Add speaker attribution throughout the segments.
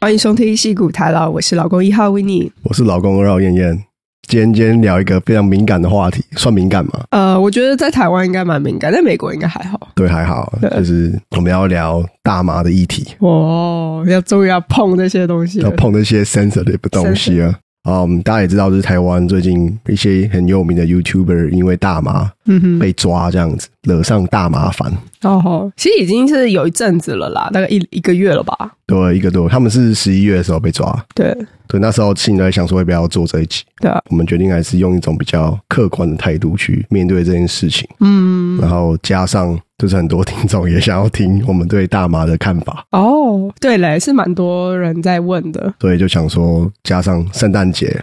Speaker 1: 欢迎收听戏骨台老，我是老公一号 w i n n i e
Speaker 2: 我是老公二号燕燕。今天今天聊一个非常敏感的话题，算敏感吗？
Speaker 1: 呃，我觉得在台湾应该蛮敏感，在美国应该还好。
Speaker 2: 对，还好，就是我们要聊大麻的议 题，
Speaker 1: 哦，要终于要碰这些东西
Speaker 2: 要
Speaker 1: 了。
Speaker 2: 碰那些 sensitive 的东西啊。嗯，大家也知道，就是台湾最近一些很有名的 YouTuber 因为大麻
Speaker 1: 嗯哼，
Speaker 2: 被抓，这样子惹上大麻烦。
Speaker 1: 哦吼，其实已经是有一阵子了啦，大概一一个月了吧。
Speaker 2: 对，一个多，他们是十一月的时候被抓。
Speaker 1: 对
Speaker 2: 对，那时候心里在想说要不要做这一集，
Speaker 1: 对啊，
Speaker 2: 我们决定还是用一种比较客观的态度去面对这件事情。
Speaker 1: 嗯，
Speaker 2: 然后加上就是很多听众也想要听我们对大麻的看法，
Speaker 1: 哦，对嘞，是蛮多人在问的。
Speaker 2: 所以就想说，加上圣诞 节，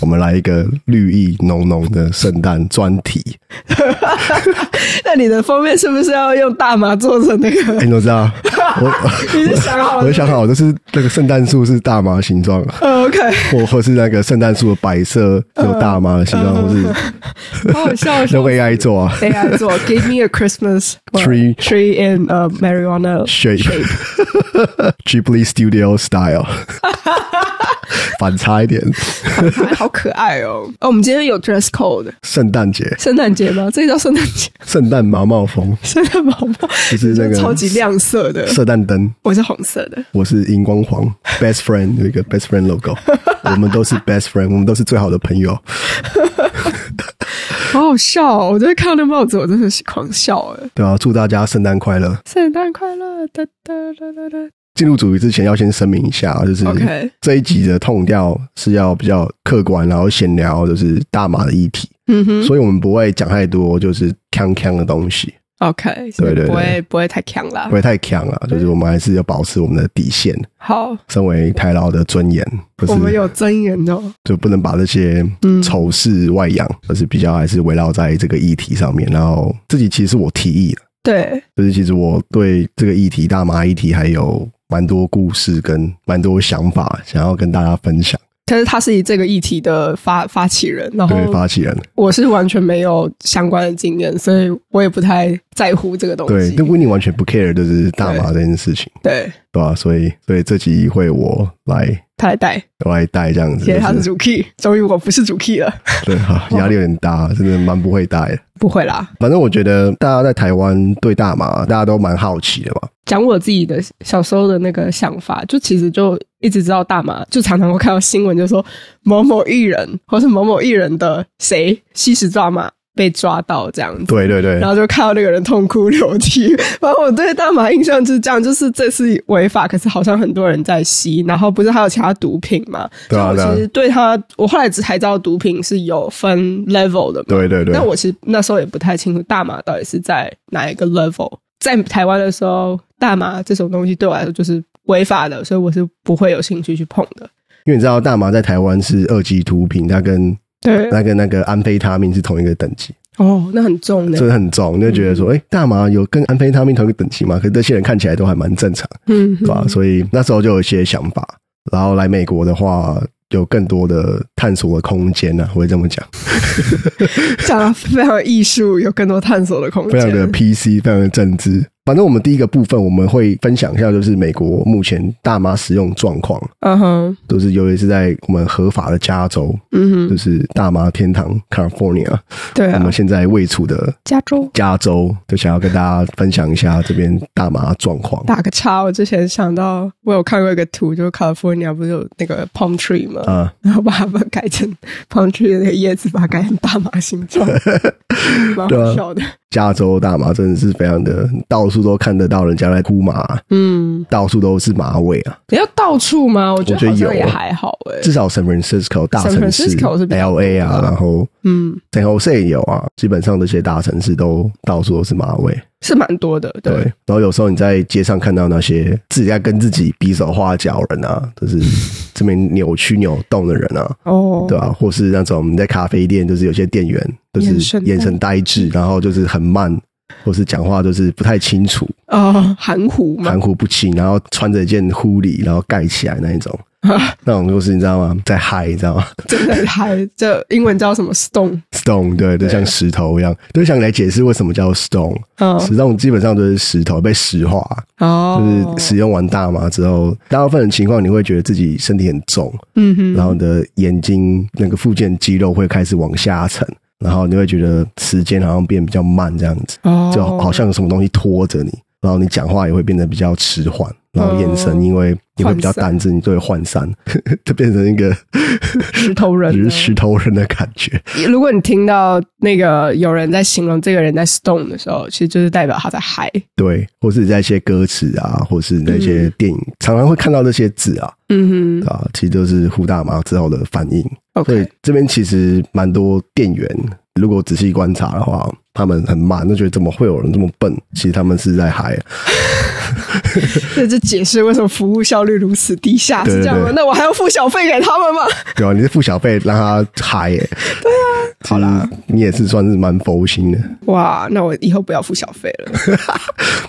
Speaker 2: 我们来一个绿意浓浓的圣诞专题。
Speaker 1: 那你的封面是不是要用大麻做成那个？
Speaker 2: 哎、你都知 道，我
Speaker 1: 你是想好
Speaker 2: 我
Speaker 1: 了
Speaker 2: 就想好，就是那个圣诞树是大麻形状，
Speaker 1: 呃？OK，
Speaker 2: 或或是那个圣诞树的白色有大麻的形
Speaker 1: 嗯
Speaker 2: 状，或是
Speaker 1: 好好笑，
Speaker 2: 用 AI 做啊
Speaker 1: AI 做 Give me a Christmas
Speaker 2: Tree
Speaker 1: tree and a marijuana
Speaker 2: shape Ghibli Studio style，反差一点。
Speaker 1: 好可爱哦！哦，我们今天有 dress code，
Speaker 2: 圣诞节，
Speaker 1: 圣诞节吗？这叫圣诞节，
Speaker 2: 圣诞毛毛风，
Speaker 1: 圣诞宝宝
Speaker 2: 就是那个
Speaker 1: 超级亮色的，
Speaker 2: 圣诞灯。
Speaker 1: 我是红色的。
Speaker 2: 我是荧光黄，best friend 有一个 best friend logo，我们都是 best friend，我们都是最好的朋友。
Speaker 1: 好好笑哦！我昨天看到那帽子，我真的是狂笑哎！
Speaker 2: 对啊，祝大家圣诞快乐！
Speaker 1: 圣诞快乐！哒哒哒哒哒。
Speaker 2: 进入主题之前，要先声明一下，啊就是
Speaker 1: OK，
Speaker 2: 这一集的痛调是要比较客观，然后闲聊就是大麻的议题，
Speaker 1: 嗯哼
Speaker 2: 所以我们不会讲太多就是锵锵的东西，
Speaker 1: ，OK，
Speaker 2: 对对
Speaker 1: 不会不会太强啦
Speaker 2: 不。会太锵啊，就是我们还是要保持我们的底线，
Speaker 1: 好，
Speaker 2: 身为台老的尊严，不
Speaker 1: 我们
Speaker 2: 是
Speaker 1: 有真言哦。
Speaker 2: 就不能把这些
Speaker 1: 嗯，
Speaker 2: 仇视外扬，而是比较还是围绕在这个议题上面，然后自己其实是我提议的。
Speaker 1: 对，
Speaker 2: 就是其实我对这个议题大麻议题还有蛮多故事跟蛮多想法，想要跟大家分享。
Speaker 1: 但是他是以这个议题的发发起人，然后
Speaker 2: 对，发起人，
Speaker 1: 我是完全没有相关的经验，所以我也不太在乎这个东
Speaker 2: 对
Speaker 1: 西。，
Speaker 2: 那 w i n n 完全不 care 就是大麻这件事情，
Speaker 1: 对，
Speaker 2: 对吧、所以，所以这集会我来
Speaker 1: 他来带，
Speaker 2: 我来带这样子，
Speaker 1: 谢谢他
Speaker 2: 就是
Speaker 1: 主 key，终于我不是主 key 了，
Speaker 2: 对，好压力有点大，真的蛮不会带的。
Speaker 1: 不会啦。
Speaker 2: 反正我觉得大家在台湾对大麻，大家都蛮好奇的吧？
Speaker 1: 讲我自己的小时候的那个想法，就其实就一直知道大麻，就常常会看到新闻，就说某某艺人或是某某艺人的谁吸食大麻被抓到这样子。
Speaker 2: 对对对
Speaker 1: 然，后就看到那个人痛哭流涕。 反正我对大麻印象就是这样，就是这是违法，可是好像很多人在吸。然后不是还有其他毒品嘛？
Speaker 2: 对啊
Speaker 1: 所以我其
Speaker 2: 对
Speaker 1: 实对他，我后来只才知道毒品是有分 level 的嘛。
Speaker 2: 对对对
Speaker 1: 但，我其实那时候也不太清楚大麻到底是在哪一个 level。在台湾的时候，大麻这种东西对我来说就是违法的，所以我是不会有兴趣去碰的。
Speaker 2: 因为你知道大麻在台湾是二级毒品，它跟
Speaker 1: 对，
Speaker 2: 它跟那个安非他命是同一个等级。
Speaker 1: 哦，那很重
Speaker 2: 所
Speaker 1: 的，
Speaker 2: 以很重，你就觉得
Speaker 1: 嗯
Speaker 2: 说，哎、大麻有跟安非他命同一个等级吗？可是这些人看起来都还蛮正常，
Speaker 1: 嗯，
Speaker 2: 对吧、所以那时候就有一些想法。然后来美国的话，有更多的探索的空间呢、啊，我会这么讲，
Speaker 1: 讲的非常有艺术，有更多探索的空
Speaker 2: 非
Speaker 1: 间。
Speaker 2: 常的 PC，非常的政治。反正我们第一个部分，我们会分享一下，就是美国目前大麻使用状况，
Speaker 1: 嗯哼，
Speaker 2: 就是尤其是在我们合法的加州，
Speaker 1: 嗯
Speaker 2: 就
Speaker 1: 哼，
Speaker 2: 是大麻天堂 California，
Speaker 1: 对
Speaker 2: 我
Speaker 1: 啊
Speaker 2: 们，现在位处的
Speaker 1: 加州
Speaker 2: 加州，就想要跟大家分享一下这边大麻状况。
Speaker 1: 打个叉。我之前想到，我有看过一个图，就是 California 不是有那个 palm tree 吗？
Speaker 2: 啊、
Speaker 1: 然后把它们改成 palm tree 的那个叶子，把它改成大麻形状， 蛮
Speaker 2: 对
Speaker 1: 好
Speaker 2: 啊
Speaker 1: 笑的。
Speaker 2: 加州大麻真的是非常的，到处都看得到人家在呼麻，
Speaker 1: 嗯，
Speaker 2: 到处都是麻味啊。
Speaker 1: 你要到处吗？我觉
Speaker 2: 我觉得
Speaker 1: 得好像
Speaker 2: 有
Speaker 1: 也
Speaker 2: 啊
Speaker 1: 还好哎、
Speaker 2: 至少 San Francisco 大城市
Speaker 1: Francisco 是比较
Speaker 2: L A 啊，然后
Speaker 1: 嗯，
Speaker 2: San Jose 也有啊，基本上这些大城市都到处都是麻味。
Speaker 1: 是蛮多的，对，
Speaker 2: 对，然后有时候你在街上看到那些自己在跟自己比手画脚的人啊，就是这边扭曲扭动的人啊，
Speaker 1: 哦，
Speaker 2: 对啊，或是那种你在咖啡店，就是有些店员就
Speaker 1: 眼神
Speaker 2: 是
Speaker 1: 呆
Speaker 2: 眼神呆滞，然后就是很慢，或是讲话就是不太清楚。
Speaker 1: 啊，含糊嘛
Speaker 2: 含，糊不清，然后穿着一件护理，然后盖起来那一种，那种就是你知道吗？在嗨，你知道吗
Speaker 1: 真的还这英文叫什么 stone？
Speaker 2: ？Stone 对，就像石头一样。就想来解释为什么叫 stone，
Speaker 1: 嗯，
Speaker 2: 石头基本上就是石头被石化，
Speaker 1: 哦，
Speaker 2: 就是使用完大麻之后，大部分的情况你会觉得自己身体很重，
Speaker 1: 嗯哼，
Speaker 2: 然后你的眼睛那个附件肌肉会开始往下沉，然后你会觉得时间好像变比较慢这样子，
Speaker 1: 哦，
Speaker 2: 就好像有什么东西拖着你，然后你讲话也会变得比较迟缓，然后眼
Speaker 1: 哦
Speaker 2: 神因为你会比较单只，你就会涣散， 就变成一个
Speaker 1: 石头人
Speaker 2: 只
Speaker 1: 呢
Speaker 2: 是。石头人的感觉。
Speaker 1: 如果你听到那个有人在形容这个人在 stone 的时候，其实就是代表他在嗨。
Speaker 2: 对，或是在一些歌词啊，或是那些电影，常常会看到这些字啊，
Speaker 1: 嗯
Speaker 2: 对吧、其实都是呼大麻之后的反应。
Speaker 1: 哼
Speaker 2: 所以
Speaker 1: ，OK，
Speaker 2: 这边其实蛮多店员，如果仔细观察的话，他们很慢，都觉得怎么会有人这么笨？其实他们是在嗨，
Speaker 1: 这就解释为什么服务效率如此低下，
Speaker 2: 对
Speaker 1: 是
Speaker 2: 对
Speaker 1: 这样吗？
Speaker 2: 对
Speaker 1: 那我还要付小费给他 们吗？
Speaker 2: 对啊吧、你是付小费让他嗨、耶对啊，好啦，你也是算是蛮佛心的。
Speaker 1: 哇，那我以后不要付小费了。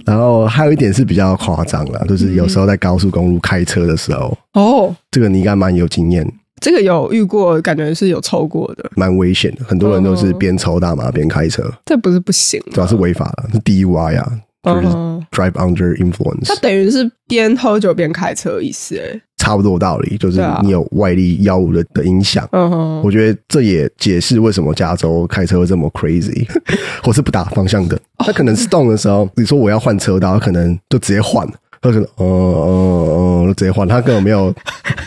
Speaker 2: 然后还有一点是比较夸张啦，就是有时候在高速公路开车的时候，
Speaker 1: 哦，
Speaker 2: 这个你应该蛮有经验，
Speaker 1: 这个有遇过，感觉是有抽过的，
Speaker 2: 蛮危险的。很多人都是边抽大麻边开车，
Speaker 1: 这不是不行啊吗
Speaker 2: 主要是违法的，是 DUI 啊，就是
Speaker 1: 哦
Speaker 2: drive under influence。
Speaker 1: 他等于是边喝酒边开车的意思，哎，
Speaker 2: 差不多道理，就是
Speaker 1: 对啊
Speaker 2: 你有外力药物的的影响。
Speaker 1: 嗯哼，
Speaker 2: 我觉得这也解释为什么加州开车会这么 crazy，或 是不打方向灯。
Speaker 1: 哦
Speaker 2: 他可能是动的时候，你说我要换车道，他可能就直接换，他可能嗯嗯嗯就直接换，他根本没有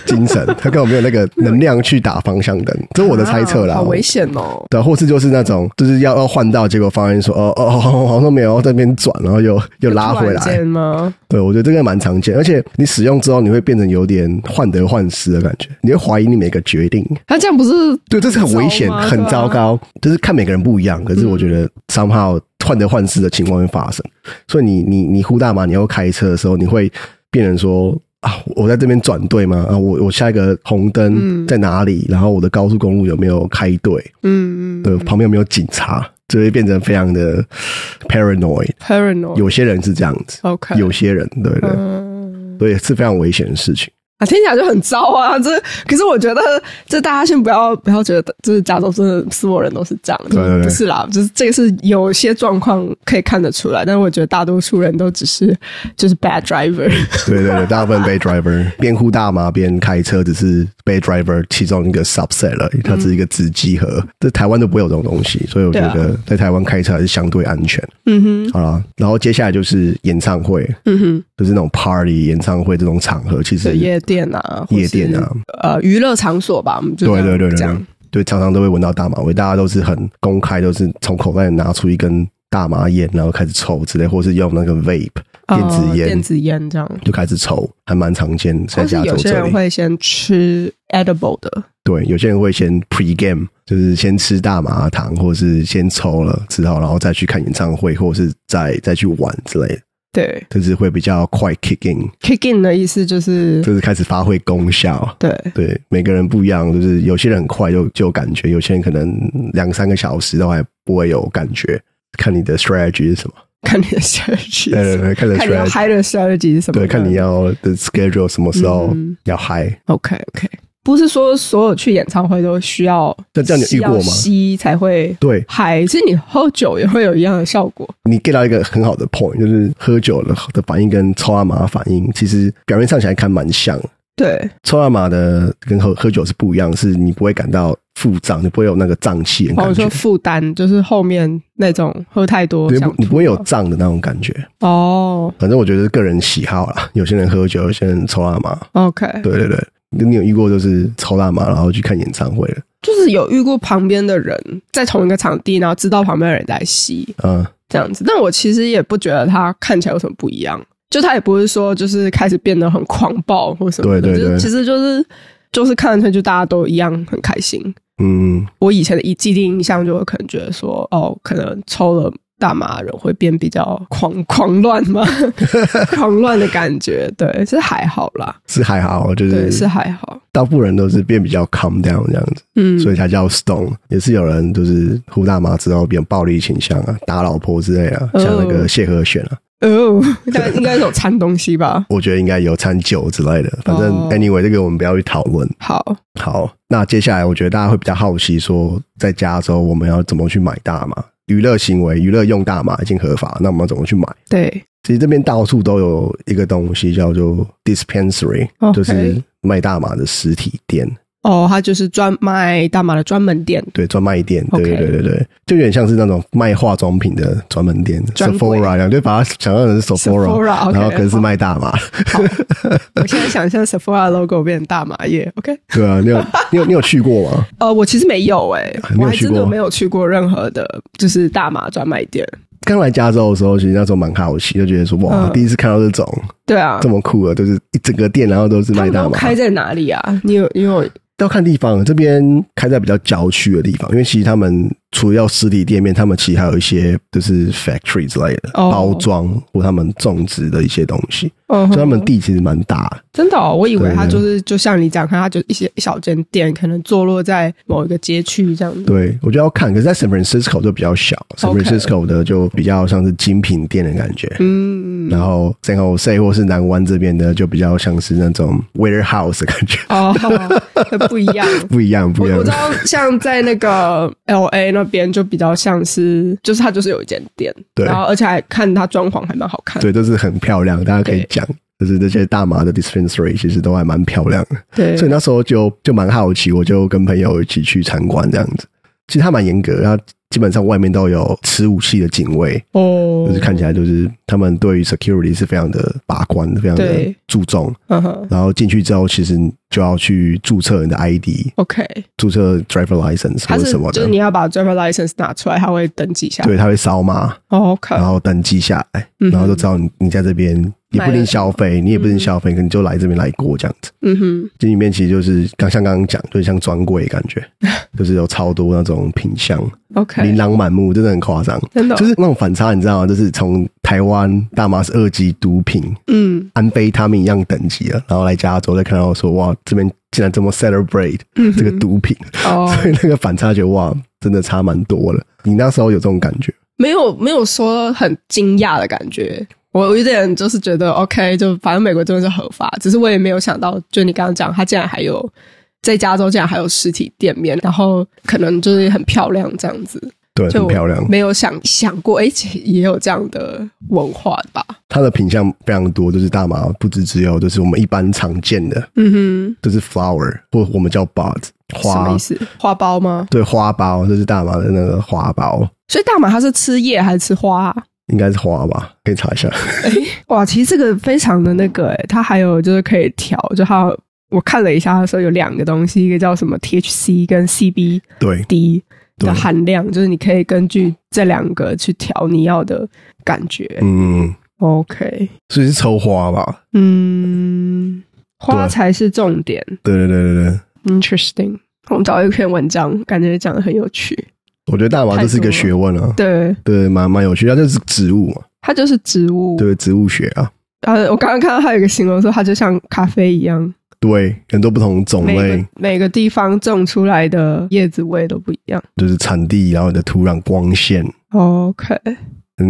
Speaker 2: 精 神，他根本没有那个能量去打方向灯，这是我的猜测啦。
Speaker 1: 啊好危险哦。
Speaker 2: 对，或是就是那种，就是要要换道，结果发现说，哦哦，好像没有，这边转，然后又又拉回
Speaker 1: 突
Speaker 2: 来
Speaker 1: 然，间吗？
Speaker 2: 对，我觉得这个蛮常见，而且你使用之后，你会变成有点患得患失的感觉，你会怀疑你每个决定。
Speaker 1: 他这样不是
Speaker 2: 对，这是很危险、
Speaker 1: 糟吗啊嗯
Speaker 2: 很糟糕，就是看每个人不一样。可是我觉得 somehow 患得患失的情况会发生，所以你你你呼大麻，你要开车的时候，你会变成说。啊，我在这边转对吗？啊，我我下一个红灯在哪里？然后我的高速公路有没有开对？
Speaker 1: 嗯
Speaker 2: 对，旁边有没有警察？就会变成非常的 paranoid。
Speaker 1: paranoid
Speaker 2: 有些人是这样子，
Speaker 1: 嗯哦 OK
Speaker 2: 有些人对对。
Speaker 1: 嗯
Speaker 2: 所以是非常危险的事情。
Speaker 1: 啊，听起来就很糟啊！这可是我觉得，这大家先不要不要觉得，就是加州真的所有人都是这样，
Speaker 2: 对对对
Speaker 1: 不是啦，就是这个是有些状况可以看得出来，但是我觉得大多数人都只是就是 bad driver，
Speaker 2: 对对对，大部 分被 driver 边呼大麻边开车，只是被 driver 其中一个 subset 了，
Speaker 1: 嗯
Speaker 2: 它只是一个子集合。这台湾都不会有这种东西，所以我觉
Speaker 1: 啊
Speaker 2: 得在台湾开车还是相对安全。
Speaker 1: 嗯
Speaker 2: 好啦，然后接下来就是演唱会，
Speaker 1: 哼，嗯哼，
Speaker 2: 就是那种 party 演唱会这种场合，其
Speaker 1: 对
Speaker 2: 实
Speaker 1: 夜店啊，或是
Speaker 2: 夜店啊，
Speaker 1: 呃，娱乐场所吧，我们就
Speaker 2: 对
Speaker 1: 这样
Speaker 2: 对对对
Speaker 1: 讲
Speaker 2: 对，对，常常都会闻到大麻味，大家都是很公开，都是从口袋拿出一根大麻烟，然后开始抽之类，或是用那个 vape 电子
Speaker 1: 哦
Speaker 2: 烟
Speaker 1: 电子烟这样。
Speaker 2: 就开始抽，还蛮常见在
Speaker 1: 或是
Speaker 2: 加州
Speaker 1: 有些
Speaker 2: 这
Speaker 1: 人
Speaker 2: 里。
Speaker 1: 会先吃 edible 的，
Speaker 2: 对，有些人会先 pre game，就是先吃大麻糖，或是先抽了之后，然后再去看演唱会，或是再再去玩之类的，
Speaker 1: 对
Speaker 2: 就是会比较快 kick in，
Speaker 1: ，kick in 的意思就是
Speaker 2: 就是开始发挥功效。
Speaker 1: 对，
Speaker 2: 对，每个人不一样，就是有些人很快就就有感觉，有些人可能两三个小时都还不会有感觉，看你的 strategy 是什么，
Speaker 1: 看你的 strategy，
Speaker 2: 对对对，看你的
Speaker 1: 看你要
Speaker 2: strategy，
Speaker 1: 嗨的 strategy 是什么，
Speaker 2: 呃对，看你要的 schedule 什么时候
Speaker 1: 嗯
Speaker 2: 要嗨、
Speaker 1: OK OK，不是说所有去演唱会都需要
Speaker 2: 那这样你遇过吗
Speaker 1: 需要吸才会
Speaker 2: 对
Speaker 1: 嗨，其实你喝酒也会有一样的效果。
Speaker 2: 你 get 到一个很好的 point，就是喝酒的的反应跟抽大麻的反应，其实表面上起来看蛮像。
Speaker 1: 对，
Speaker 2: 抽大麻的跟喝喝酒是不一样，是你不会感到腹胀，你不会有那个胀气的
Speaker 1: 或
Speaker 2: 感
Speaker 1: 者
Speaker 2: 觉
Speaker 1: 说，负担，就是后面那种喝太多
Speaker 2: 哦你
Speaker 1: 想
Speaker 2: 不
Speaker 1: 吐啊
Speaker 2: 你不会有胀的那种感觉。
Speaker 1: 哦。
Speaker 2: 反正我觉得是个人喜好啦，有些人喝酒，有些人抽大麻。
Speaker 1: OK，
Speaker 2: 对对对，你你有遇过就是抽大麻然后去看演唱会的？
Speaker 1: 就是有遇过旁边的人在同一个场地，然后知道旁边的人在吸，
Speaker 2: 嗯，
Speaker 1: 这样子。但我其实也不觉得他看起来有什么不一样，就他也不是说就是开始变得很狂暴或什么的，
Speaker 2: 对对
Speaker 1: 就是
Speaker 2: 对
Speaker 1: 其实就是就是看上去就大家都一样很开心。
Speaker 2: 嗯，
Speaker 1: 我以前的一既定印象就会可能觉得说，哦，可能抽了。大麻的人会变比较狂狂乱吗？狂乱的感觉，对，是还好啦，
Speaker 2: 是还好，就
Speaker 1: 对，
Speaker 2: 是
Speaker 1: 是还好，
Speaker 2: 大部分人都是变比较 calm down 这样子。
Speaker 1: 嗯，
Speaker 2: 所以才叫 stone。也是有人就是呼大麻之后变暴力倾向啊，打老婆之类啊，
Speaker 1: 哦
Speaker 2: 像那个谢和弦啊，
Speaker 1: 哦，那应该有掺东西吧？
Speaker 2: 我觉得应该有掺酒之类的。反正
Speaker 1: 哦
Speaker 2: anyway，这个我们不要去讨论。
Speaker 1: 好，
Speaker 2: 好，那接下来我觉得大家会比较好奇，说在加州我们要怎么去买大麻？娱乐行为、娱乐用大麻已经合法，那我们要怎么去买？
Speaker 1: 对，
Speaker 2: 其实这边到处都有一个东西叫做 dispensary，、
Speaker 1: OK
Speaker 2: 就是卖大麻的实体店，
Speaker 1: 哦，它就是专卖大麻的专门店，
Speaker 2: 对，专卖店，对
Speaker 1: OK
Speaker 2: 对对对对，就有点像是那种卖化妆品的专门店
Speaker 1: 专柜
Speaker 2: ，Sephora 一样，就把它想象成是 Sephora，
Speaker 1: Sephora，OK，
Speaker 2: 然后可是是
Speaker 1: 好
Speaker 2: 卖大麻，
Speaker 1: 我现在想象 Sephora logo 变成大麻叶，OK？
Speaker 2: 对啊，你有你有你有去过吗？
Speaker 1: 呃，我其实没有哎、
Speaker 2: 没有
Speaker 1: 我还
Speaker 2: 去
Speaker 1: 真的
Speaker 2: 过
Speaker 1: 没有去过任何的，就是大麻专卖店。
Speaker 2: 刚来加州的时候，其实那时候蛮好奇，就觉得说哇，
Speaker 1: 嗯
Speaker 2: 第一次看到这种
Speaker 1: 对啊
Speaker 2: 这，么酷的，就是一整个店，然后都是
Speaker 1: 他
Speaker 2: 卖
Speaker 1: 们
Speaker 2: 大
Speaker 1: 都
Speaker 2: 麻，
Speaker 1: 开在哪里啊？你有你有
Speaker 2: 都要看地方，这边开在比较郊区的地方，因为其实他们除了要实体店面，他们其实还有一些就是 factory 之类的、
Speaker 1: 哦
Speaker 2: 包装或他们种植的一些东西，
Speaker 1: 嗯
Speaker 2: 所以他们
Speaker 1: 哼
Speaker 2: 地其实蛮大的。
Speaker 1: 真的、哦，我以为
Speaker 2: 对
Speaker 1: 他就是就像你讲，看他就一些一小间店，可能坐落在某一个街区这样子。
Speaker 2: 对我就要看，可是在 San Francisco 就比较小，San
Speaker 1: OK
Speaker 2: Francisco 的就比较像是精品店的感觉。
Speaker 1: 嗯，
Speaker 2: 然后 San Jose 或是南湾这边的就比较像是那种 warehouse 的感觉，
Speaker 1: 哦，不一样。
Speaker 2: 不一样，
Speaker 1: 我
Speaker 2: 不一样
Speaker 1: 我知。道，像在那个 L A 那边就比较像是，就是它就是有一间店，
Speaker 2: 对
Speaker 1: 然后而且还看它装潢还蛮好看，
Speaker 2: 对，都是很漂亮，大家可以
Speaker 1: 对
Speaker 2: 讲，就是这些大麻的 dispensary 其实都还蛮漂亮的。
Speaker 1: 对
Speaker 2: 所以那时候就就蛮好奇，我就跟朋友一起去参观这样子。其实它蛮严格的，它基本上外面都有持武器的警卫，
Speaker 1: 哦
Speaker 2: 就是看起来就是他们对于 security 是非常的把关，非常的
Speaker 1: 对
Speaker 2: 注重。
Speaker 1: 呵呵
Speaker 2: 然后进去之后，其实就要去注册你的 ID，
Speaker 1: OK，
Speaker 2: 注册 driver license
Speaker 1: 它
Speaker 2: 或者
Speaker 1: 是
Speaker 2: 什么
Speaker 1: 就
Speaker 2: 的
Speaker 1: 是。你要把 driver license 拿出来，它会登记一下。
Speaker 2: 对，他会扫码，
Speaker 1: 哦，OK，
Speaker 2: 然后登记下来，
Speaker 1: 嗯哼
Speaker 2: 然后就知道你你在这边也不一
Speaker 1: 买
Speaker 2: 定
Speaker 1: 了
Speaker 2: 消费，你也不一定消费，可能就来这边来过这样子。
Speaker 1: 嗯哼，
Speaker 2: 这里面其实就是刚像刚刚讲，就是像专柜的感觉，
Speaker 1: 嗯
Speaker 2: 就是有超多那种品相，琳
Speaker 1: OK，
Speaker 2: 琅满目，真的很夸张。
Speaker 1: 真的哦，
Speaker 2: 就是那种反差，你知道吗？就是从台湾大麻是二级毒品，
Speaker 1: 嗯
Speaker 2: 安非他命一样等级了，然后来加州再看到说，哇，这边竟然这么 celebrate
Speaker 1: 嗯哼，
Speaker 2: 这个毒品，
Speaker 1: 哦，
Speaker 2: 所以那个反差觉得哇，真的差蛮多了。你那时候有这种感觉？
Speaker 1: 没有没有说很惊讶的感觉。我我有点就是觉得 OK，就反正美国这边是合法，只是我也没有想到，就你刚刚讲，它竟然还有在加州竟然还有实体店面，然后可能就是很漂亮这样子，
Speaker 2: 对，
Speaker 1: 就
Speaker 2: 很漂亮。
Speaker 1: 没有想想过，哎、其实也有这样的文化吧？
Speaker 2: 它的品相非常多，就是大麻不只只有就是我们一般常见的，
Speaker 1: 嗯
Speaker 2: 就是 flower 或我们叫 bud
Speaker 1: 哼，什么
Speaker 2: 花
Speaker 1: 意，思？花苞吗？
Speaker 2: 对，花苞，这是大麻的那个花苞，
Speaker 1: 所以大麻它是吃叶还是吃花、啊？
Speaker 2: 应该是花吧？可以查一下。
Speaker 1: 哇，其实这个非常的那个、诶，它还有就是可以调，就它我看了一下，它说有两个东西，一个叫什么 THC 跟 CB。
Speaker 2: 对，
Speaker 1: 低
Speaker 2: 对
Speaker 1: 的含量，就是你可以根据这两个去调你要的感觉。
Speaker 2: 嗯，
Speaker 1: OK，
Speaker 2: 所以是抽花吧？
Speaker 1: 嗯，花
Speaker 2: 对
Speaker 1: 才是重点。
Speaker 2: 对对对对对，
Speaker 1: Interesting，我们找一篇文章，感觉讲的很有趣。
Speaker 2: 我觉得大麻这是一个学问啊，
Speaker 1: 对，
Speaker 2: 对，蛮蛮有趣，它就是植物嘛，
Speaker 1: 它就是植物。
Speaker 2: 对，植物学啊，
Speaker 1: 呃，我刚刚看到它有一个形容说，它就像咖啡一样，
Speaker 2: 对，很多不同种
Speaker 1: 每
Speaker 2: 类
Speaker 1: 个，每个地方种出来的叶子味都不一样。
Speaker 2: 就是产地，然后你的土壤、光线，
Speaker 1: OK，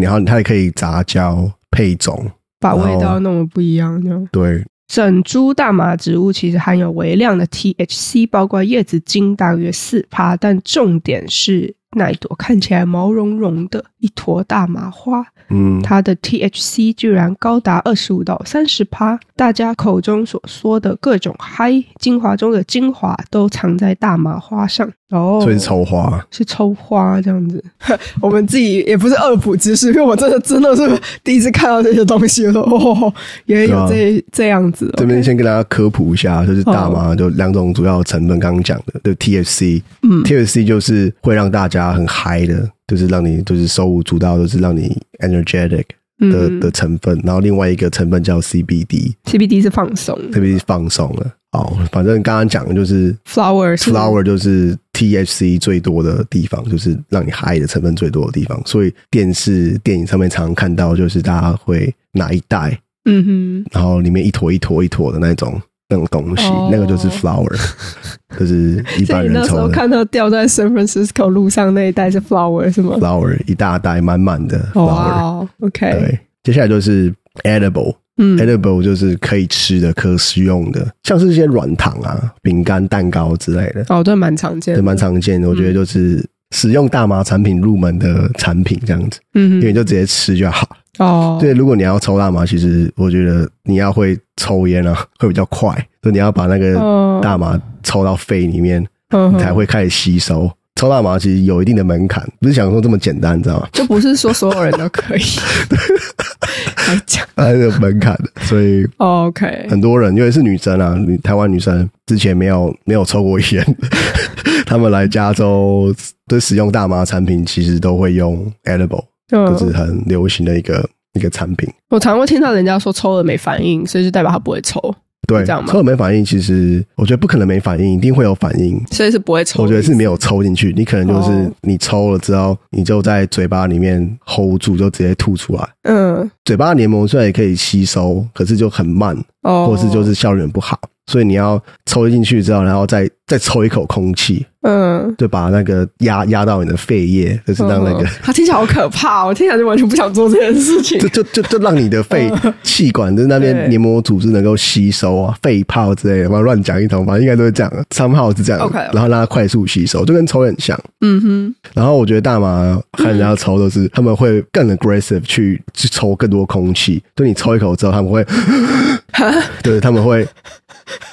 Speaker 2: 然后它也可以杂交配种，
Speaker 1: 把味
Speaker 2: 然后
Speaker 1: 道弄得不一样，这样。
Speaker 2: 对，
Speaker 1: 整株大麻植物其实含有微量的 THC，包括叶子茎大约四趴，但重点是那一朵看起来毛茸茸的一坨大麻花，
Speaker 2: 嗯，
Speaker 1: 它的 THC 居然高达二十五到三十趴。大家口中所说的各种嗨精华中的精华都藏在大麻花上。哦，
Speaker 2: 所以是抽花，
Speaker 1: 是抽花这样子。 我们自己也不是恶补知识，因为我真的真的是第一次看到这些东西，我说哦，也
Speaker 2: 对啊
Speaker 1: 有这、这样子、哦。
Speaker 2: 这边先跟大家科普一下，就是大麻就两种主要的成分，刚刚讲的，就 THC，
Speaker 1: 嗯
Speaker 2: THC 就是会让大家很嗨的，就是让你就是手舞足蹈，就是让你 energetic 的、
Speaker 1: 嗯
Speaker 2: 的成分。然后另外一个成分叫 CBD，CBD
Speaker 1: CBD 是放松
Speaker 2: 放松了。哦，反正刚刚讲的就是
Speaker 1: ，flower 是
Speaker 2: flower 就是 THC 最多的地方，就是让你嗨的成分最多的地方。所以电视、电影上面常常看到，就是大家会拿一袋，
Speaker 1: 嗯
Speaker 2: 然后里面一坨一坨一坨的那种那种东西，
Speaker 1: 哦
Speaker 2: 那个就是 flower，就是一
Speaker 1: 哼，所
Speaker 2: 般
Speaker 1: 以你
Speaker 2: 人
Speaker 1: 那时
Speaker 2: 抽
Speaker 1: 候
Speaker 2: 的
Speaker 1: 看到掉在 San Francisco 路上那一带是 flower 是吗？
Speaker 2: flower，一大袋满满的 flower，、
Speaker 1: 哦，OK，
Speaker 2: 对。接下来就是 edible。
Speaker 1: 嗯
Speaker 2: edible 就是可以吃的、可食用的，像是一些软糖啊、饼干、蛋糕之类的，
Speaker 1: 哦，对，嗯蛮常见
Speaker 2: 这
Speaker 1: 的，
Speaker 2: 蛮常见的。我觉得就是使用大麻产品入门的产品这样子，
Speaker 1: 嗯
Speaker 2: 因为
Speaker 1: 哼
Speaker 2: 你就直接吃就好。
Speaker 1: 哦，
Speaker 2: 对，如果你要抽大麻，其实我觉得你要会抽烟啊， 会比较快，就你要把那个
Speaker 1: 哦，
Speaker 2: 大麻抽到肺里面，
Speaker 1: 嗯
Speaker 2: 你
Speaker 1: 哼
Speaker 2: 才会开始吸收。抽大麻其实有一定的门槛，不是想说这么简单，你知道吗？
Speaker 1: 就不是说所有人都可以来讲。 哦
Speaker 2: 它是有门槛的，所以
Speaker 1: OK，
Speaker 2: 很多人，尤其是女生啊，女台湾女生之前没有没有抽过烟， 他们来加州对使用大麻产品，其实都会用 edible，
Speaker 1: 嗯，
Speaker 2: 就是很流行的一个一个产品。
Speaker 1: 我常会听到人家说抽了没反应，所以就代表他不会抽，
Speaker 2: 对，
Speaker 1: 是这样吗
Speaker 2: 抽了没反应，其实我觉得不可能没反应，一定会有反应。
Speaker 1: 所以是不会抽。
Speaker 2: 我觉得是没有抽进去，你可能就是
Speaker 1: 哦
Speaker 2: 你抽了之后，你就在嘴巴里面 hold 住，就直接吐出来。
Speaker 1: 嗯
Speaker 2: 嘴巴的黏膜虽然也可以吸收，可是就很慢，
Speaker 1: 哦，
Speaker 2: 或是就是效率很不好。所以你要抽进去之后，然后再再抽一口空气，
Speaker 1: 嗯。
Speaker 2: 就把那个压压到你的肺叶，就是让那个
Speaker 1: 嗯，他听起来好可怕、哦，我听起来就完全不想做这件事 情
Speaker 2: 就。就就就让你的肺气管就是那边
Speaker 1: 对
Speaker 2: 黏膜组织能够吸收啊，肺泡之类的，我乱讲一通吧，应该都是这样的，三号是这样的
Speaker 1: OK
Speaker 2: 然后让它快速吸收，就跟抽很像。
Speaker 1: 嗯哼，
Speaker 2: 然后我觉得大麻和人家抽都是、他们会更 aggressive 去去抽更多空气，就你抽一口之后，他们 会，对，他们会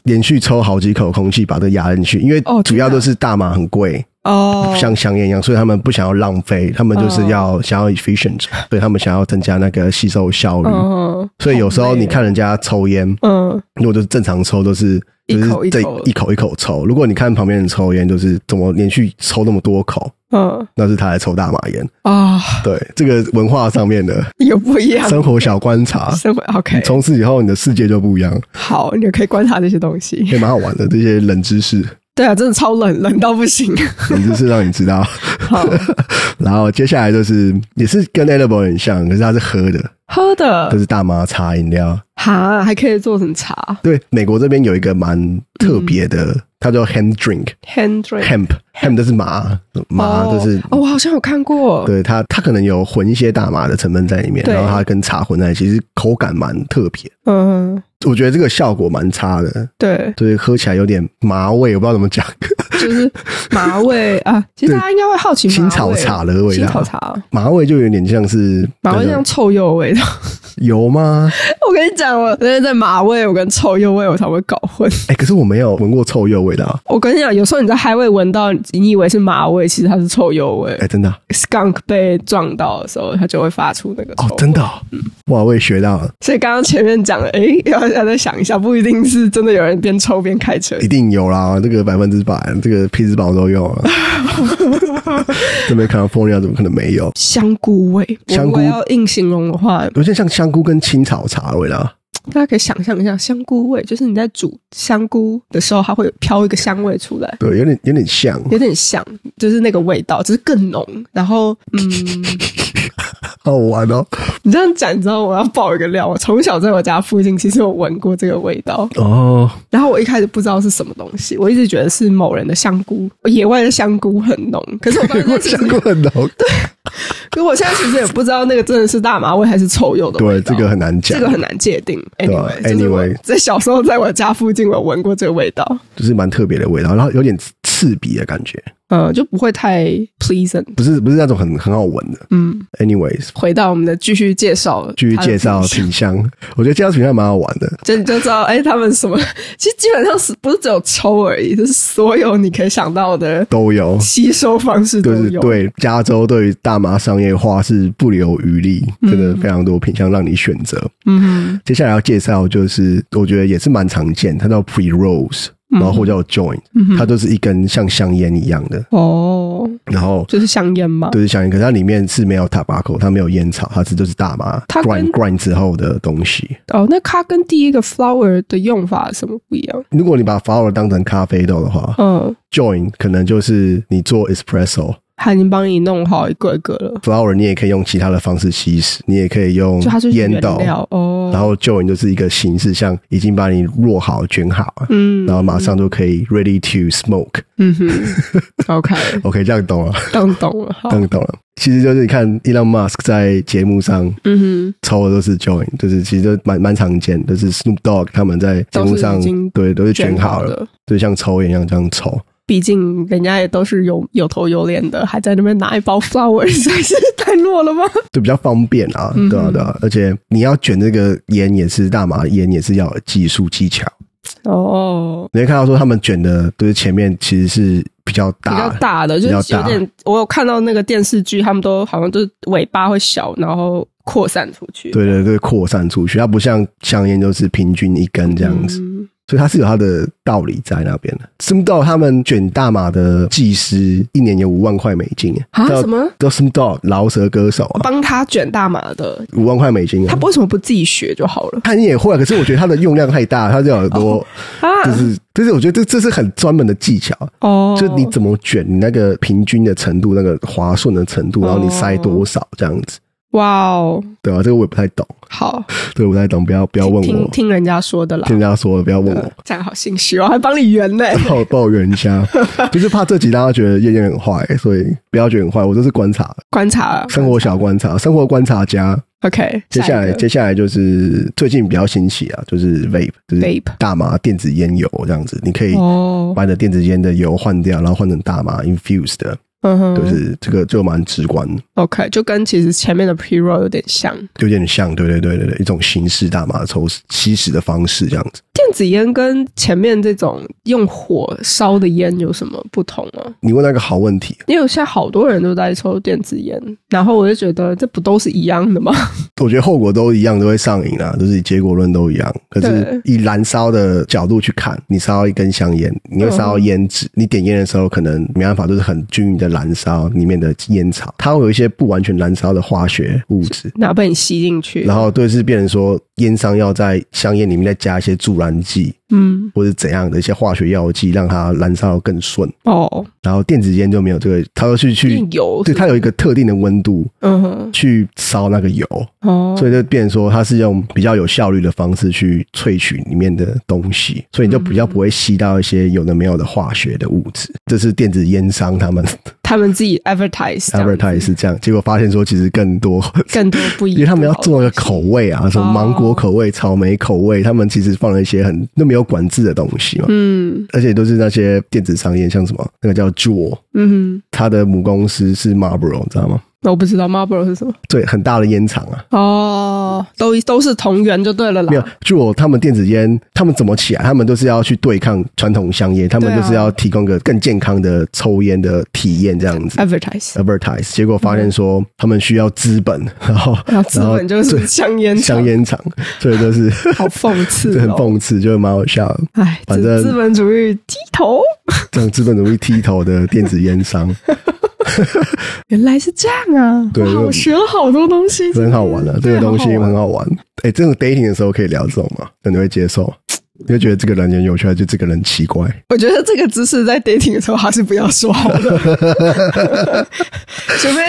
Speaker 2: 连续抽好几口空气把这个压进去，因为
Speaker 1: 哦
Speaker 2: 主
Speaker 1: 真的啊
Speaker 2: 要都是大麻很贵，
Speaker 1: 哦，
Speaker 2: 像香烟一样，所以他们不想要浪费，他们就是
Speaker 1: 哦
Speaker 2: 要想要 efficient，所以他们想要增加那个吸收效率。
Speaker 1: 嗯，
Speaker 2: 所以有时候
Speaker 1: 好累
Speaker 2: 你看人家抽烟，
Speaker 1: 嗯，
Speaker 2: 如果就是正常抽都是就
Speaker 1: 一
Speaker 2: 是
Speaker 1: 口一
Speaker 2: 这
Speaker 1: 口
Speaker 2: 一口一口抽，如果你看旁边人抽烟，就是怎么连续抽那么多口，
Speaker 1: 嗯
Speaker 2: 那是他在抽大麻烟。
Speaker 1: 啊，
Speaker 2: 对，这个文化上 面的
Speaker 1: 有不一样。
Speaker 2: 生活小观察，
Speaker 1: 生活 OK，
Speaker 2: 你从此以后你的世界就不一 样，
Speaker 1: 好，你就可以观察这些东西。
Speaker 2: 也蛮好玩的。这些冷 知识，
Speaker 1: 对啊，真的超冷，冷到 不行。
Speaker 2: 冷知识让你知道。
Speaker 1: 好，
Speaker 2: 然后接下来就是也是跟 edible 很像，可是它是喝的，
Speaker 1: 喝的
Speaker 2: 就是大麻茶饮料。
Speaker 1: 哈还可以做成茶
Speaker 2: 对，美国这边有一个蛮特别的，
Speaker 1: 嗯
Speaker 2: 它叫 hemp drink，hemp
Speaker 1: ，hand drink
Speaker 2: hemp 就是麻麻，
Speaker 1: 哦
Speaker 2: 就是
Speaker 1: 哦，我好像有看过。
Speaker 2: 对它，它可能有混一些大麻的成分在里面，
Speaker 1: 对
Speaker 2: 然后它跟茶混在一起，其实口感蛮特别。
Speaker 1: 嗯，
Speaker 2: 我觉得这个效果蛮差的，
Speaker 1: 对，
Speaker 2: 就是喝起来有点麻味，我不知道怎么讲，
Speaker 1: 就是麻味啊。其实大家应该会好奇麻味
Speaker 2: 青草茶的味道
Speaker 1: 青草茶，
Speaker 2: 麻味就有点像是
Speaker 1: 麻味
Speaker 2: 那种
Speaker 1: 像臭鼬味道。
Speaker 2: 有吗？
Speaker 1: 我跟你讲，我那在麻味，我跟臭鼬味我才会搞混。
Speaker 2: 哎、可是我没有闻过臭鼬味道，
Speaker 1: 我跟你讲，有时候你在嗨味闻到，你以为是麻味，其实它是臭鼬味
Speaker 2: 哎、。真的啊
Speaker 1: skunk 被撞到的时候，它就会发出那个臭味嗯
Speaker 2: 哦，真的哦、哇，我也学到了，
Speaker 1: 所以刚刚前面讲的，诶，要要再想一下，不一定是真的有人边抽边开车
Speaker 2: 一。定有啦，这个百分之百，这个匹兹堡都有 啊。这边 California 啊怎么可能没有？
Speaker 1: 香菇味，我
Speaker 2: 香
Speaker 1: 如
Speaker 2: 菇
Speaker 1: 果要硬形容的话，
Speaker 2: 有些像香菇跟青草茶的味道，
Speaker 1: 大家可以想象一下，香菇味就是你在煮香菇的时候，它会飘一个香味出来，
Speaker 2: 对，有点有点像，
Speaker 1: 有点像，就是那个味道，只是更浓。然后，嗯，
Speaker 2: 好玩哦。
Speaker 1: 你这样讲，你知道我要爆一个料，我从小在我家附近，其实有闻过这个味道。
Speaker 2: 哦，
Speaker 1: 然后我一开始不知道是什么东西，我一直觉得是某人的香菇，野外的香菇很浓。可是我发现其 实
Speaker 2: 香菇很 浓，
Speaker 1: 可我现在其实也不知道那个真的是大麻味还是臭鼬的
Speaker 2: 对，
Speaker 1: 味道
Speaker 2: 这个很难讲，
Speaker 1: 哦这个很难界定。
Speaker 2: 啊
Speaker 1: Anyway，就是我
Speaker 2: anyway
Speaker 1: 在小时候在我家附近，我闻过这个味道，
Speaker 2: 就是蛮特别的味道，然后有点刺鼻的感觉，
Speaker 1: 呃，就不会太 pleasant。
Speaker 2: 不是不是那种很很好闻的。
Speaker 1: 嗯，
Speaker 2: Anyways，
Speaker 1: 回到我们的继续介绍，
Speaker 2: 继续介绍品香，我觉得介绍品香蛮好玩的。
Speaker 1: 就你就知道，哎、他们什么， 其实基本上是不是只有抽而已，就是所有你可以想到的
Speaker 2: 都有，
Speaker 1: 吸收方式都
Speaker 2: 就是
Speaker 1: 有。
Speaker 2: 对加州对于大麻商业化是不留余力，真的非常多品相让你选择。
Speaker 1: 嗯
Speaker 2: 接下来要介绍就是我觉得也是蛮常见，它叫 pre rolls，然
Speaker 1: 嗯
Speaker 2: 后或叫 joint，、它都是一根像香烟一样的，
Speaker 1: 哼，哦，
Speaker 2: 然后
Speaker 1: 就是香烟嘛。
Speaker 2: 就是香烟，可是它里面是没有 tobacco，它没有烟草，它是就是大麻
Speaker 1: 它跟
Speaker 2: grind grind 之后的东西。
Speaker 1: 哦，那它跟第一个 flower 的用法有什么不一样？
Speaker 2: 如果你把 flower 当成咖啡豆的话、
Speaker 1: 嗯
Speaker 2: j o i n 可能就是你做 espresso，
Speaker 1: 他已经帮你弄好一个一个了，
Speaker 2: flower 你也可以用其他的方式稀释，你也可以用
Speaker 1: 就它就是
Speaker 2: 嗯烟
Speaker 1: 原
Speaker 2: 斗，
Speaker 1: 料哦。
Speaker 2: 然后救援就是一个形式，像已经把你落好卷好了，
Speaker 1: 嗯
Speaker 2: 然后马上就可以 ready to smoke。
Speaker 1: 嗯哼 ，OK，
Speaker 2: OK，这样懂了，
Speaker 1: 当懂了，好
Speaker 2: 这，样懂了。其实就是你看 Elon Musk 在节目上
Speaker 1: 嗯
Speaker 2: 抽的都是 join，就是其实都蛮蛮常见，就是 Snoop Dogg 他们在节目上
Speaker 1: 都是已经
Speaker 2: 对都是
Speaker 1: 哼，
Speaker 2: 卷好了，
Speaker 1: 的。
Speaker 2: 就像抽烟一样这样抽。
Speaker 1: 毕竟人家也都是有有头有脸的，还在那边拿一包 flower，实在是太弱了吗？
Speaker 2: 就比较方便啊，
Speaker 1: 嗯哼
Speaker 2: 对啊对啊，而且你要卷这个烟也是大麻烟也是要有技术技巧。
Speaker 1: 哦，
Speaker 2: 你会看到说他们卷的都是前面其实是比较
Speaker 1: 比较
Speaker 2: 大，
Speaker 1: 大的，
Speaker 2: 比
Speaker 1: 就
Speaker 2: 较
Speaker 1: 是有
Speaker 2: 大
Speaker 1: 点，我有看到那个电视剧，他们都好像就是尾巴会小，然后扩散出去。
Speaker 2: 对对对，扩散出去，它不像香烟就是平均一根这样子，
Speaker 1: 嗯
Speaker 2: 所以它是有它的道理在那边的。s m d o 他们卷大麻的技师一年有五万块美金耶
Speaker 1: 啊？
Speaker 2: 叫
Speaker 1: 什么？
Speaker 2: 叫 s m d o 饶舌歌手啊，
Speaker 1: 帮他卷大麻的，
Speaker 2: 五万块美金
Speaker 1: 他
Speaker 2: 啊。
Speaker 1: 为什么不自己学就好了
Speaker 2: 他也会啊，可是我觉得他的用量太大，他就有很多，
Speaker 1: 啊？
Speaker 2: 就是， 就是我觉得这这是很专门的技巧，啊
Speaker 1: 哦，
Speaker 2: 就你怎么卷，你那个平均的程度，那个滑顺的程度，然后你塞
Speaker 1: 哦
Speaker 2: 多少这样子，
Speaker 1: 哇哦，
Speaker 2: 对啊吧、这个我也不太懂，
Speaker 1: 好，
Speaker 2: 这个我不太懂，不要不
Speaker 1: 不
Speaker 2: 要问
Speaker 1: 听
Speaker 2: 我，
Speaker 1: 听人家说的啦
Speaker 2: 听。人家说的不要问我。
Speaker 1: 这样好心虚哦，还帮你 圆呢。
Speaker 2: 抱抱怨一下， 就是怕这集大家觉得燕燕很坏，所以不要觉得很坏。我这是观察，
Speaker 1: 观察
Speaker 2: 生活小观察，生活观察家。
Speaker 1: ，OK。
Speaker 2: 接下来，
Speaker 1: 一个
Speaker 2: 接下来就是最近比较兴起啊，就是 vape，就是
Speaker 1: Vape
Speaker 2: 大麻电子烟油这样子，你可以
Speaker 1: 哦，
Speaker 2: 把你的电子烟的油换掉，然后换成大麻 infused 的，
Speaker 1: 嗯哼，
Speaker 2: 就是这个就蛮直观，
Speaker 1: OK，就跟其实前面的 pre roll 有点像。
Speaker 2: 有点像，对对对对对，一种形式大麻抽吸食的方式这样子。
Speaker 1: 电子烟跟前面这种用火烧的烟有什么不同啊？
Speaker 2: 你问那个好问题，
Speaker 1: 因为现在好多人都在抽电子烟，然后我就觉得这不都是一样 的吗？
Speaker 2: 我觉得后果都一样，都会上瘾啊，就是以结果论都一样。可是以燃烧的角度去看，你烧一根香烟，你会烧到烟纸，你点烟的时候可能没办法，就是很均匀的燃烧里面的烟草，它会有一些不完全燃烧的化学物质。
Speaker 1: 哪被你吸进去？
Speaker 2: 然后对是变成说，烟商要在香烟里面再加一些助燃剂
Speaker 1: 嗯，
Speaker 2: 或者怎样的一些化学药剂，让它燃烧得更顺。
Speaker 1: 哦，
Speaker 2: 然后电子烟就没有这个，它要去去
Speaker 1: 变，油，
Speaker 2: 对，它有一个特定的温度
Speaker 1: 嗯哼，
Speaker 2: 去烧那个油。
Speaker 1: 哦，
Speaker 2: 所以就变成说，它是用比较有效率的方式去萃取里面的东西，所以你就比较不会吸到一些有的没有的化学的物质。这是电子烟商他们
Speaker 1: 他们自己 advertise 这样
Speaker 2: advertise 是这样，结果发现说其实更多，
Speaker 1: 更多不一样，
Speaker 2: 因为他们要做那个口味啊，什么芒果口味、草莓口味，他们其实放了一些很都没有管制的东西嘛，
Speaker 1: 嗯
Speaker 2: 而且都是那些电子商业，像什么那个叫 Juul，
Speaker 1: 嗯
Speaker 2: 它的母公司是 Marlboro，你知道吗？
Speaker 1: 哼，我不知道 Marlboro 是什么
Speaker 2: 对，很大的烟厂啊，
Speaker 1: 哦，都都是同源就对了啦，
Speaker 2: 没有，就我他们电子烟，他们怎么起来？他们都是要去对抗传统香烟，他们
Speaker 1: 对啊
Speaker 2: 就是要提供个更健康的抽烟的体验，这样子。
Speaker 1: advertise。
Speaker 2: advertise，结果发现说他们需要资本， 然后
Speaker 1: 然后资
Speaker 2: 然后
Speaker 1: 本就是香烟厂，
Speaker 2: 香烟厂，所以就是
Speaker 1: 好讽刺、
Speaker 2: 这
Speaker 1: 哦，
Speaker 2: 很讽刺，就是蛮好笑的。
Speaker 1: 哎，
Speaker 2: 反
Speaker 1: 资
Speaker 2: 正
Speaker 1: 资本主义低头，
Speaker 2: 这种资本容易剃头的电子烟 商，
Speaker 1: 原来是这样啊！
Speaker 2: 对
Speaker 1: 哇，我学了好多东西，
Speaker 2: 真好玩啊！这个东西很好玩。哎，这种 dating 的时候可以聊这种吗？那你会接受？你会觉得这个人很有趣，还是这个人奇怪？
Speaker 1: 我觉得这个知识在 dating 的时候还是不要说好了， 除非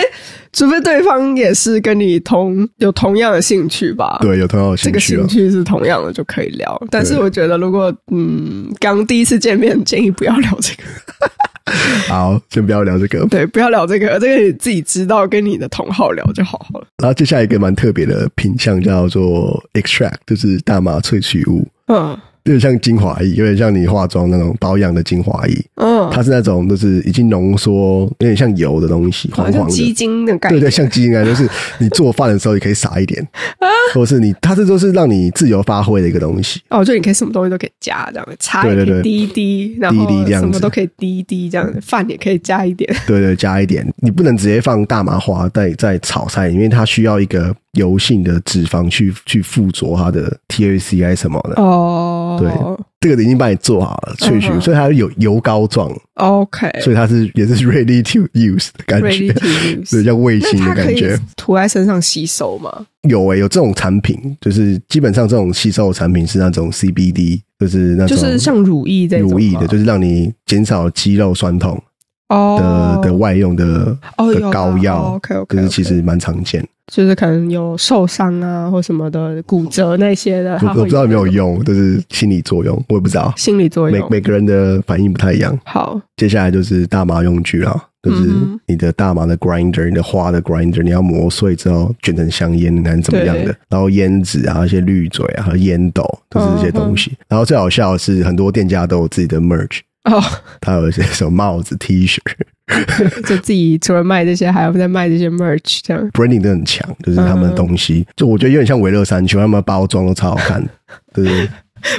Speaker 1: 除非对方也是跟你同有同样的兴趣吧。。
Speaker 2: 对，有同样的
Speaker 1: 哦这
Speaker 2: 兴
Speaker 1: 个
Speaker 2: 趣啊
Speaker 1: 兴。趣是同样的就可以聊，但是我觉得如果嗯刚第一次见面，建议不要聊这个，
Speaker 2: 好，先不要聊这个。
Speaker 1: 对，不要聊这个，这个你自己知道，跟你的同好聊就好好了。
Speaker 2: 然后接下来一个蛮特别的品相叫做 extract，就是大麻萃取物，
Speaker 1: 嗯
Speaker 2: 有点像精华液，有点像你化妆那种保养的精华液。
Speaker 1: 嗯，
Speaker 2: 它是那种就是已经浓缩，有点像油的东西，
Speaker 1: 好
Speaker 2: 黄
Speaker 1: 像
Speaker 2: 黄
Speaker 1: 鸡
Speaker 2: 的。
Speaker 1: 精的概
Speaker 2: 对
Speaker 1: 念，
Speaker 2: 对，像鸡 精啊，就是你做饭的时候也可以撒一点，
Speaker 1: 啊
Speaker 2: 或者是你，它这都是让你自由发挥的一个东西。
Speaker 1: 哦，就你可以什么东西都可以加，这样茶也
Speaker 2: 对对对
Speaker 1: 可以滴一滴，然
Speaker 2: 滴一滴
Speaker 1: 后
Speaker 2: 这样
Speaker 1: 什
Speaker 2: 子
Speaker 1: 么都可以滴一滴，这样饭也可以加一点。
Speaker 2: 对对，加一点，你不能直接放大麻花在在炒菜里面，因为它需要一个油性的脂肪去去附着它的 THC 还是什么的。
Speaker 1: 哦，
Speaker 2: 对这个已经帮你做好了萃取
Speaker 1: 嗯哼
Speaker 2: 所以它有油膏状，
Speaker 1: ，OK，
Speaker 2: 所以它是也是 ready to use 的感
Speaker 1: ready
Speaker 2: 觉 对，
Speaker 1: to，use。
Speaker 2: 像卫
Speaker 1: 那
Speaker 2: 星的
Speaker 1: 它可
Speaker 2: 感
Speaker 1: 以
Speaker 2: 觉。
Speaker 1: 涂在身上吸收吗？
Speaker 2: 有诶、有这种产品，就是基本上这种吸收的产品是那种 CBD，就是那
Speaker 1: 就
Speaker 2: 种
Speaker 1: 是像乳液这种吗，
Speaker 2: 乳液的，就是让你减少肌肉酸痛。的
Speaker 1: 哦
Speaker 2: 的外用的
Speaker 1: 哦有
Speaker 2: 的
Speaker 1: 啊
Speaker 2: 膏药
Speaker 1: 哦，，OK，OK，OK
Speaker 2: 就是其实蛮常见。
Speaker 1: 就是可能有受伤啊或什么的骨折那些的，
Speaker 2: 我
Speaker 1: 它
Speaker 2: 我
Speaker 1: 会
Speaker 2: 不知道有没有用，就是心理作用，我也不知道。
Speaker 1: 心理作
Speaker 2: 每
Speaker 1: 用。
Speaker 2: 每个人的反应不太一样。
Speaker 1: 好，
Speaker 2: 接下来就是大麻用具啦，就是
Speaker 1: 嗯哼
Speaker 2: 你的大麻的 grinder，你的花的 grinder，你要磨碎之后卷成香烟，还是怎么样的
Speaker 1: 对？
Speaker 2: 然后烟纸啊，一些滤嘴啊，和烟斗，都是这些东
Speaker 1: 嗯
Speaker 2: 西。然后最好笑的是，很多店家都有自己的 merch，
Speaker 1: 哦，
Speaker 2: 它有一些什么帽子、T 恤。
Speaker 1: 就自己除了卖这些，还要再卖这些 merch 这样。
Speaker 2: branding 都很强，就是他们的东
Speaker 1: 嗯
Speaker 2: 西，就我觉得有点像维乐山丘，他们的包装都超好 看的，就是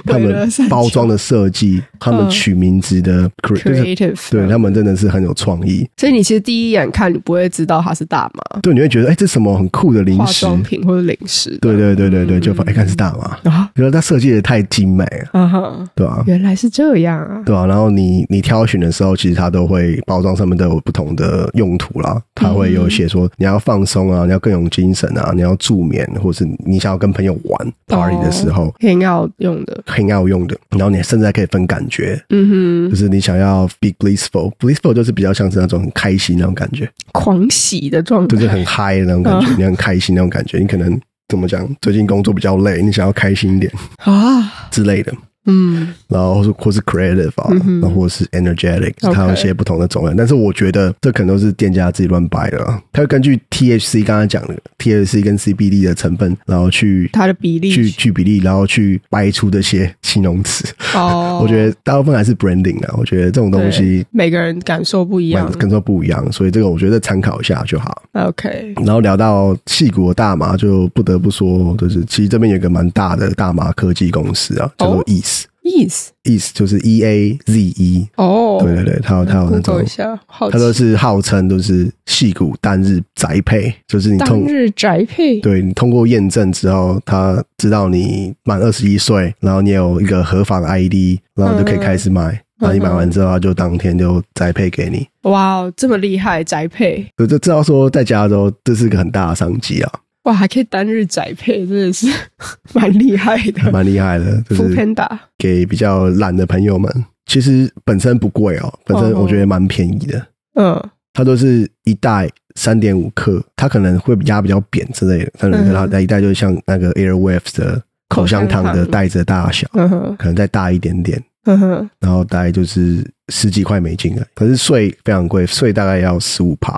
Speaker 2: 他
Speaker 1: 维乐
Speaker 2: 们
Speaker 1: 山丘嗯
Speaker 2: 包装的设计，他们取名字的 cre- 就是。
Speaker 1: Creative，
Speaker 2: 对他们真的是很有创意，
Speaker 1: 所以你其实第一眼看你不会知道它是大麻、
Speaker 2: 对，你会觉得哎、这什么很酷的零
Speaker 1: 嗯化
Speaker 2: 食，
Speaker 1: 妆品或者零食。
Speaker 2: 对对对对对，就发哎，看是大麻，
Speaker 1: 啊
Speaker 2: 因为它设计的太精美了，
Speaker 1: 啊哈，
Speaker 2: 对吧、
Speaker 1: 原来是这样啊！
Speaker 2: 对啊，然后你你挑选的时候，其实它都会包装上面都有不同的用途啦。它会有写说你要放松啊，你要更有精神啊，你要助眠，或是你想要跟朋友玩 party 的时候。
Speaker 1: 偏要用的，
Speaker 2: 很要用的，然后你甚至还可以分感觉，
Speaker 1: 嗯
Speaker 2: 就是你想要 be blissful，blissful 就是比较像是那种很开心那种感觉，
Speaker 1: 哼，狂喜的状态
Speaker 2: 就，是很嗨的那种感觉，你很开心那种感觉，你可能怎么讲，最近工作比较累，你想要开心一点
Speaker 1: 啊，
Speaker 2: 之类的，
Speaker 1: 嗯，
Speaker 2: 然后或是或是 creative 啊，然后或是 energetic，
Speaker 1: OK
Speaker 2: 它有一些不同的种类。但是我觉得这可能都是店家自己乱掰的啊，它会根据 THC 刚才讲的 THC 跟 CBD 的成分，然后去
Speaker 1: 它的比例
Speaker 2: 去去比例，然后去掰出这些形容词。
Speaker 1: 哦
Speaker 2: 我觉得大部分还是 branding 啊，我觉得这种东西
Speaker 1: 对每个人感受不一
Speaker 2: 蛮
Speaker 1: 样。
Speaker 2: 跟说不一样，所以这个我觉得参考一下就好。
Speaker 1: OK，
Speaker 2: 然后聊到戏骨的大麻，就不得不说，就是其实这边有一个蛮大的大麻科技公司啊，叫做
Speaker 1: 哦
Speaker 2: Ease。
Speaker 1: 意思
Speaker 2: Ease 就是 E A Z E，
Speaker 1: 哦，
Speaker 2: 对对对，它有它有那
Speaker 1: Google
Speaker 2: 种
Speaker 1: 一，下，好奇
Speaker 2: 它都是号称都是戏骨单日宅配，就是你
Speaker 1: 当
Speaker 2: 通
Speaker 1: 日宅配，
Speaker 2: 对你通过验证之后，他知道你满二十一岁，然后你有一个合法的 ID，然后就可以开始买。
Speaker 1: 嗯
Speaker 2: 然后你买完之后，他就当天就宅配给你。
Speaker 1: 哇哦，这么厉害，宅配，
Speaker 2: 我就知道说，在加州这是个很大的商机 啊，
Speaker 1: 哇，还可以单日宅配，真的是 蛮厉害的。
Speaker 2: 蛮厉害的，就
Speaker 1: f o o
Speaker 2: 是
Speaker 1: Panda
Speaker 2: 给比较懒的朋友们。其实本身不贵哦，本身
Speaker 1: 哦
Speaker 2: 我觉得蛮便宜的。
Speaker 1: 嗯，
Speaker 2: 它都是一袋三点五克，它可能会压比较扁之类的，三点五克，
Speaker 1: 嗯
Speaker 2: 它那一袋就像那个 Airwaves 的口香糖
Speaker 1: 口香
Speaker 2: 的
Speaker 1: 糖
Speaker 2: 袋子的大小，
Speaker 1: 嗯哼，
Speaker 2: 可能再大一点点。
Speaker 1: 嗯哼，
Speaker 2: 啊然后大概就是十几块美金啊，可是税非常贵，税大概要十五趴，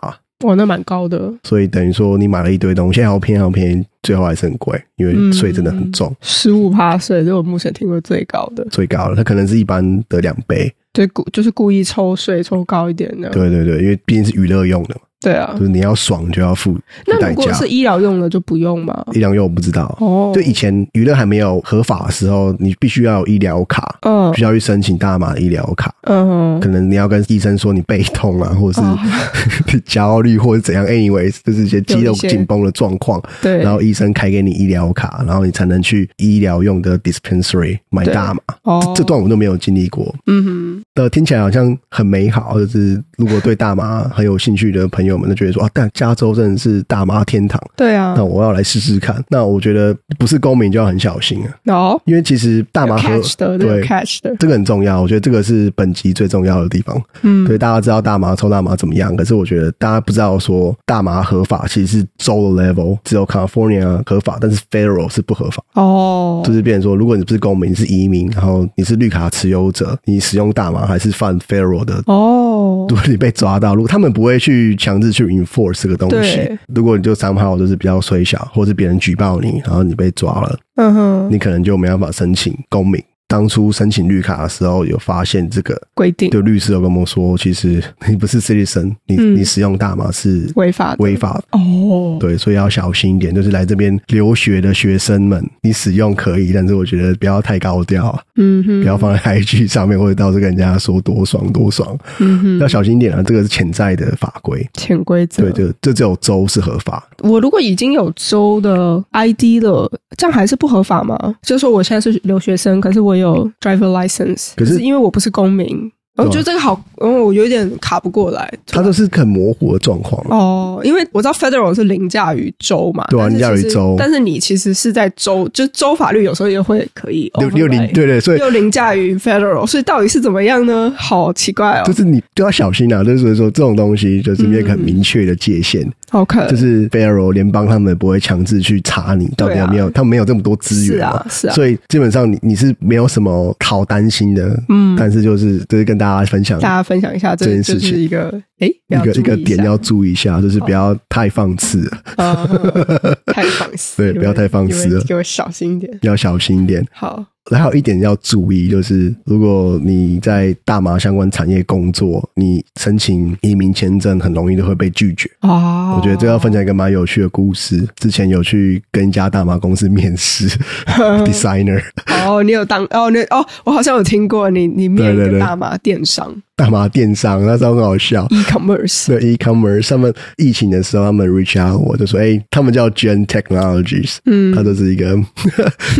Speaker 1: 哇，那蛮高的，
Speaker 2: 所以等于说你买了一堆东西，好便宜好便宜，最后还是很贵，因为税真的很重，
Speaker 1: 十五趴税，这我目前听过最高的，
Speaker 2: 最高了，它可能是一般的两倍。
Speaker 1: 对，故就是故意抽税抽高一点的，
Speaker 2: 对对对，因为毕竟是娱乐用的嘛，
Speaker 1: 对啊
Speaker 2: 就。是你要爽就要付
Speaker 1: 那
Speaker 2: 代
Speaker 1: 如果
Speaker 2: 价
Speaker 1: 是。医疗用的就不用吗？
Speaker 2: 医疗用我不知道，
Speaker 1: 哦，
Speaker 2: 就以前娱乐还没有合法的时候，你必须要有医疗卡，
Speaker 1: 嗯
Speaker 2: 必须要去申请大麻的医疗卡。
Speaker 1: 嗯
Speaker 2: 可能你要跟医生说你背痛啊，或者
Speaker 1: 哦
Speaker 2: 是 焦虑，或者怎样，anyways，就是一些肌肉
Speaker 1: 有一些
Speaker 2: 紧绷的状况，
Speaker 1: 对，
Speaker 2: 然后医生开给你医疗卡，然后你才能去医疗用的 dispensary 买
Speaker 1: 对
Speaker 2: 大麻。
Speaker 1: 哦，
Speaker 2: 这段我都没有经历过，
Speaker 1: 嗯
Speaker 2: 呃，听起来好像很美好。就是如果对大麻很有兴趣的朋友们，就觉得说啊，但加州真的是大麻天堂，
Speaker 1: 哼，对啊
Speaker 2: 那，我要来试试看。那我觉得不是公民就要很小心啊，
Speaker 1: 然后
Speaker 2: 因为其实大麻和
Speaker 1: catch 的，有
Speaker 2: 对
Speaker 1: catch 的，
Speaker 2: 这个很重要，我觉得这个是本集最重要的地方。
Speaker 1: 嗯，
Speaker 2: 对，大家知道大麻抽大麻怎么样，可是我觉得大家不知道说大麻合法其实是州的 level，只有 California 合法，但是 federal 是不合法。
Speaker 1: 哦，
Speaker 2: 就是变成说，如果你不是公民，你是移民，然后你是绿卡持有者，你使用大麻还是犯 federal 的。
Speaker 1: 哦
Speaker 2: 如，果你被抓到，如果他们不会去强制去 enforce 这个东西
Speaker 1: 对，
Speaker 2: 如果你就 somehow 就是比较衰小，或是别人举报你，然后你被抓了，
Speaker 1: 嗯哼，
Speaker 2: 你可能就没办法申请公民。当初申请绿卡的时候，有发现这个
Speaker 1: 规定
Speaker 2: 就律师有跟我说，其实 你不是 citizen，你、
Speaker 1: 嗯
Speaker 2: 你使用大麻是
Speaker 1: 违法的
Speaker 2: 违法的，
Speaker 1: 哦，
Speaker 2: 对，所以要小心一点。就是来这边留学的学生们，你使用可以，但是我觉得不要太高调啊，
Speaker 1: 嗯
Speaker 2: 不
Speaker 1: 哼，
Speaker 2: 要放在 IG 上面，或者到处跟人家说多爽多爽，
Speaker 1: 嗯哼，
Speaker 2: 要小心一点啊。这个是潜在的法规，
Speaker 1: 潜规则，
Speaker 2: 对，就这只有州是合法，
Speaker 1: 我如果已经有州的 ID 了，这样还是不合法吗？就是说我现在是留学生，可是我有 driver license，
Speaker 2: 可是
Speaker 1: 因为我不是公民，我觉得这个好，嗯，我有点卡不过来。
Speaker 2: 它都是很模糊的状况。啊
Speaker 1: 哦，因为我知道 federal 是凌驾于州嘛，
Speaker 2: 对啊
Speaker 1: 但是
Speaker 2: 凌驾于
Speaker 1: 其实
Speaker 2: 州
Speaker 1: 但是你其实是在州，就州法律有时候也会可以
Speaker 2: 六六零
Speaker 1: override
Speaker 2: 对对，所以
Speaker 1: 又凌驾于 federal，所以到底是怎么样呢？好奇怪哦
Speaker 2: 就是你就要小心啊，就是说这种东西就是有一个很明确的界限，
Speaker 1: ，OK，
Speaker 2: 就是 federal 联邦他们不会强制去查你到底有没有，他们没有这么多资源嘛，
Speaker 1: 啊是啊是啊
Speaker 2: 所以基本上你你是没有什么好担心的，嗯，但是就是就是跟大家分享
Speaker 1: 大家分享一下，这
Speaker 2: 这件
Speaker 1: 就
Speaker 2: 事情
Speaker 1: 是一个哎，
Speaker 2: 一
Speaker 1: 要
Speaker 2: 个
Speaker 1: 注意
Speaker 2: 个点
Speaker 1: 下
Speaker 2: 要注意一下，就是不要太放肆了，
Speaker 1: 啊，太放肆，
Speaker 2: 对不要太放肆了
Speaker 1: 你们给我小心一点。
Speaker 2: 要小心一点。
Speaker 1: 好，
Speaker 2: 还有一点要注意，就是如果你在大麻相关产业工作，你申请移民签证很容易都会被拒绝。
Speaker 1: 哦，
Speaker 2: 我觉得这要分享一个蛮有趣的故事。之前有去跟一家大麻公司面 试，designer
Speaker 1: 哦，你有当哦，你哦，我好像有听过你，你面
Speaker 2: 对
Speaker 1: 一
Speaker 2: 对
Speaker 1: 个
Speaker 2: 对
Speaker 1: 大麻电商
Speaker 2: 大麻电商，那时候很好笑。
Speaker 1: e-commerce，
Speaker 2: 对 e-commerce，他们疫情的时候，他们 reach out 我就说，哎、他们叫 Gen Technologies，嗯，它就是一 个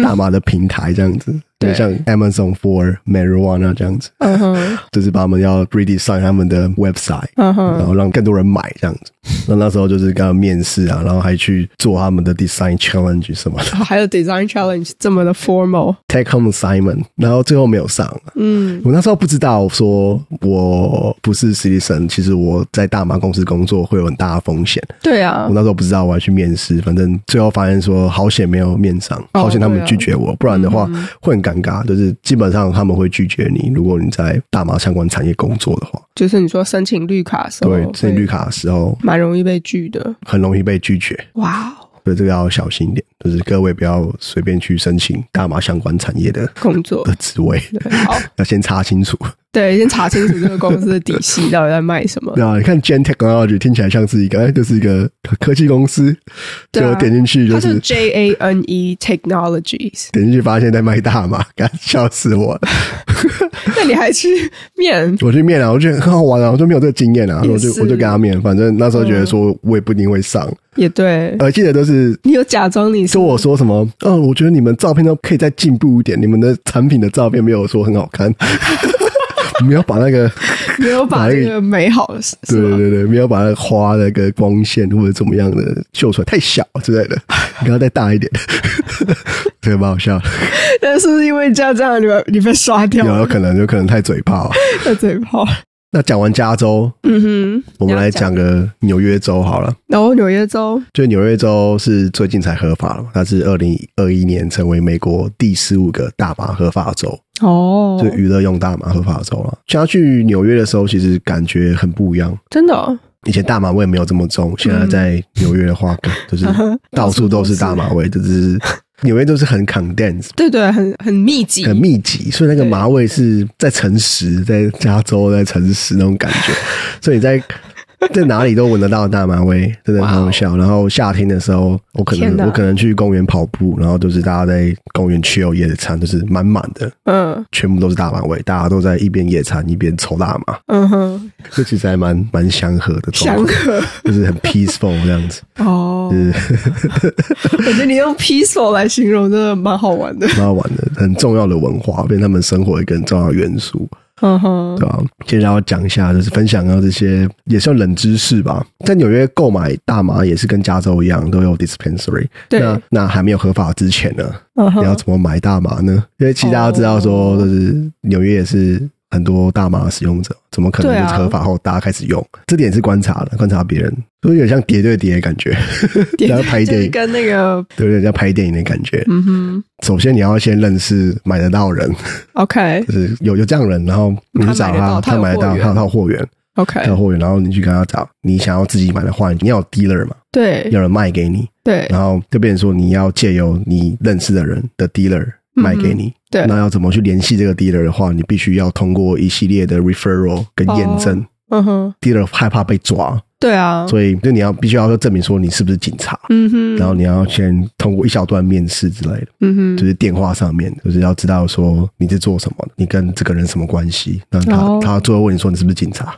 Speaker 2: 大麻的平台这样子，
Speaker 1: 对
Speaker 2: 就像 Amazon for marijuana 这样子，
Speaker 1: 嗯哼，
Speaker 2: 就是把他们要 redesign 他们的 website，
Speaker 1: 嗯哼，
Speaker 2: 然后让更多人买这样子。那那时候就是跟他们面试啊，然后还去做他们的 design challenge 什么的。
Speaker 1: 哦还有 design challenge 这么的 formal，
Speaker 2: Take Home Simon，然后最后没有上。
Speaker 1: 嗯，
Speaker 2: 我那时候不知道，说我不是 citizen，其实我在大麻公司工作会有很大的风险。
Speaker 1: 对啊
Speaker 2: 我，那时候不知道，我还去面试，反正最后发现说好险没有面上，
Speaker 1: 哦
Speaker 2: 好险他们
Speaker 1: 对啊嗯
Speaker 2: 拒绝我，不然的话会很尴尬。就是基本上他们会拒绝你，如果你在大麻相关产业工作的话，
Speaker 1: 就是你说申请绿卡的时候，
Speaker 2: 对，申请绿，卡的时候
Speaker 1: 蛮容易被拒的。
Speaker 2: 很容易被拒绝。
Speaker 1: 哇哦，
Speaker 2: 所以这个要小心一点，就是各位不要随便去申请大麻相关产业的
Speaker 1: 工作
Speaker 2: 的职位，
Speaker 1: 对，好，
Speaker 2: 要先查清楚。
Speaker 1: 对，先查清楚这个公司的底细到底在卖什 么。
Speaker 2: 对啊，你看 Gen Technology 听起来像是一个，哎，就是一个科技公司，
Speaker 1: 对啊
Speaker 2: 就点进去
Speaker 1: 它
Speaker 2: 就是是
Speaker 1: J A N E Technologies，
Speaker 2: 点进去发现在卖大麻， 干笑死我了。
Speaker 1: 那你还去面？
Speaker 2: 我去面啊，我觉得很好玩啊，我就没有这个经验啊，
Speaker 1: 也嗯
Speaker 2: 我就是我就跟他面，反正那时候觉得说我也不一定会上，呃
Speaker 1: 也对，
Speaker 2: 而记得都是。
Speaker 1: 你有假装你是
Speaker 2: 说我说什么？嗯、我觉得你们照片都可以再进步一点，你们的产品的照片没有说很好 看，我们要把那个
Speaker 1: 没有把这个美好的是
Speaker 2: 对
Speaker 1: 吗
Speaker 2: 对对，没有把它花那个光线或者怎么样的秀出来，太小之类 的，你要再大一点， 这个蛮好笑的。
Speaker 1: 但是不是因为这样这样，你被你被刷掉
Speaker 2: 有
Speaker 1: 了
Speaker 2: 有可能，有可能太嘴炮。啊
Speaker 1: 的嘴炮？
Speaker 2: 那讲完加州，
Speaker 1: 嗯哼，
Speaker 2: 我们来讲个纽约州好了。
Speaker 1: 然后纽约州
Speaker 2: 就纽约州是最近才合法了嘛，它是二零二一年成为美国第十五个大麻合法州，
Speaker 1: 哦
Speaker 2: 就娱乐用大麻合法州了。想要去纽约的时候，其实感觉很不一样。
Speaker 1: 真的哦
Speaker 2: 以前大麻味没有这么重，现在
Speaker 1: 嗯
Speaker 2: 在纽约的话， 干就是到处都是大麻味，就是纽约都是很 condense。
Speaker 1: 对对，很很密集，
Speaker 2: 很密集，所以那个麻味是在诚实，在加州，在诚实那种感 觉，所以你在在哪里都闻得到大麻味，真的很好笑。然后夏天的时候，我可
Speaker 1: 天哪
Speaker 2: 能我可能去公园跑步，然后就是大家在公园吃有夜的餐，就是满满的，
Speaker 1: 嗯
Speaker 2: 全部都是大麻味，大家都在一边野餐一边抽大麻，
Speaker 1: 嗯哼，
Speaker 2: 这其实还蛮蛮祥和的状
Speaker 1: 祥
Speaker 2: 况，
Speaker 1: 和
Speaker 2: 就是很 peaceful 这样子。
Speaker 1: 哦。 我觉得你用 peaceful 来形容真的蛮好玩的。
Speaker 2: 蛮好玩的，很重要的文化，变成他们生活一个很重要的元素，
Speaker 1: 嗯哼，
Speaker 2: 对吧、接下来要讲一下，就是分享到这些也算冷知识吧。在纽约购买大麻也是跟加州一样，都有 dispensary。
Speaker 1: 对
Speaker 2: 那那还没有合法之前呢，
Speaker 1: 嗯
Speaker 2: 你要
Speaker 1: 哼，
Speaker 2: 怎么买大麻呢？因为其实大家知道说，
Speaker 1: 哦
Speaker 2: 就是纽约也是。很多大麻使用者怎么可能
Speaker 1: 对啊
Speaker 2: 就是合法后大家开始用？这点是观察的，观察别人，就是有点像叠对叠的感觉， 然后拍
Speaker 1: 就
Speaker 2: 电
Speaker 1: 是
Speaker 2: 影，
Speaker 1: 跟那个
Speaker 2: 对，有点像拍电影的感觉。
Speaker 1: 嗯哼
Speaker 2: 首先你要先认识买得到人，
Speaker 1: ，OK
Speaker 2: 就是有有这样的人，然后你去找他，
Speaker 1: 他
Speaker 2: 他
Speaker 1: 买
Speaker 2: 买
Speaker 1: 得
Speaker 2: 得
Speaker 1: 到
Speaker 2: 到，
Speaker 1: 他有货源哎
Speaker 2: 他有货源，他
Speaker 1: OK，
Speaker 2: 有货源，然后你去跟他找，你想要自己买的话，你要有 dealer 嘛，
Speaker 1: 对
Speaker 2: 要有人卖给你，
Speaker 1: 对
Speaker 2: 然后就变成说你要借由你认识的人的 dealer 卖给你。
Speaker 1: 嗯对，
Speaker 2: 那要怎么去联系这个 dealer 的话，你必须要通过一系列的 referral 跟验证。
Speaker 1: 嗯哼，
Speaker 2: dealer 害怕被抓，
Speaker 1: 对啊，
Speaker 2: 所以就你要必须要证明说你是不是警察，
Speaker 1: 嗯哼，
Speaker 2: 然后你要先通过一小段面试之类的，
Speaker 1: 嗯 哼，
Speaker 2: 就是电话上面，就是要知道说你是做什么的，你跟这个人什么关系，然后他、
Speaker 1: 哦
Speaker 2: 他最后问你说你是不是警察，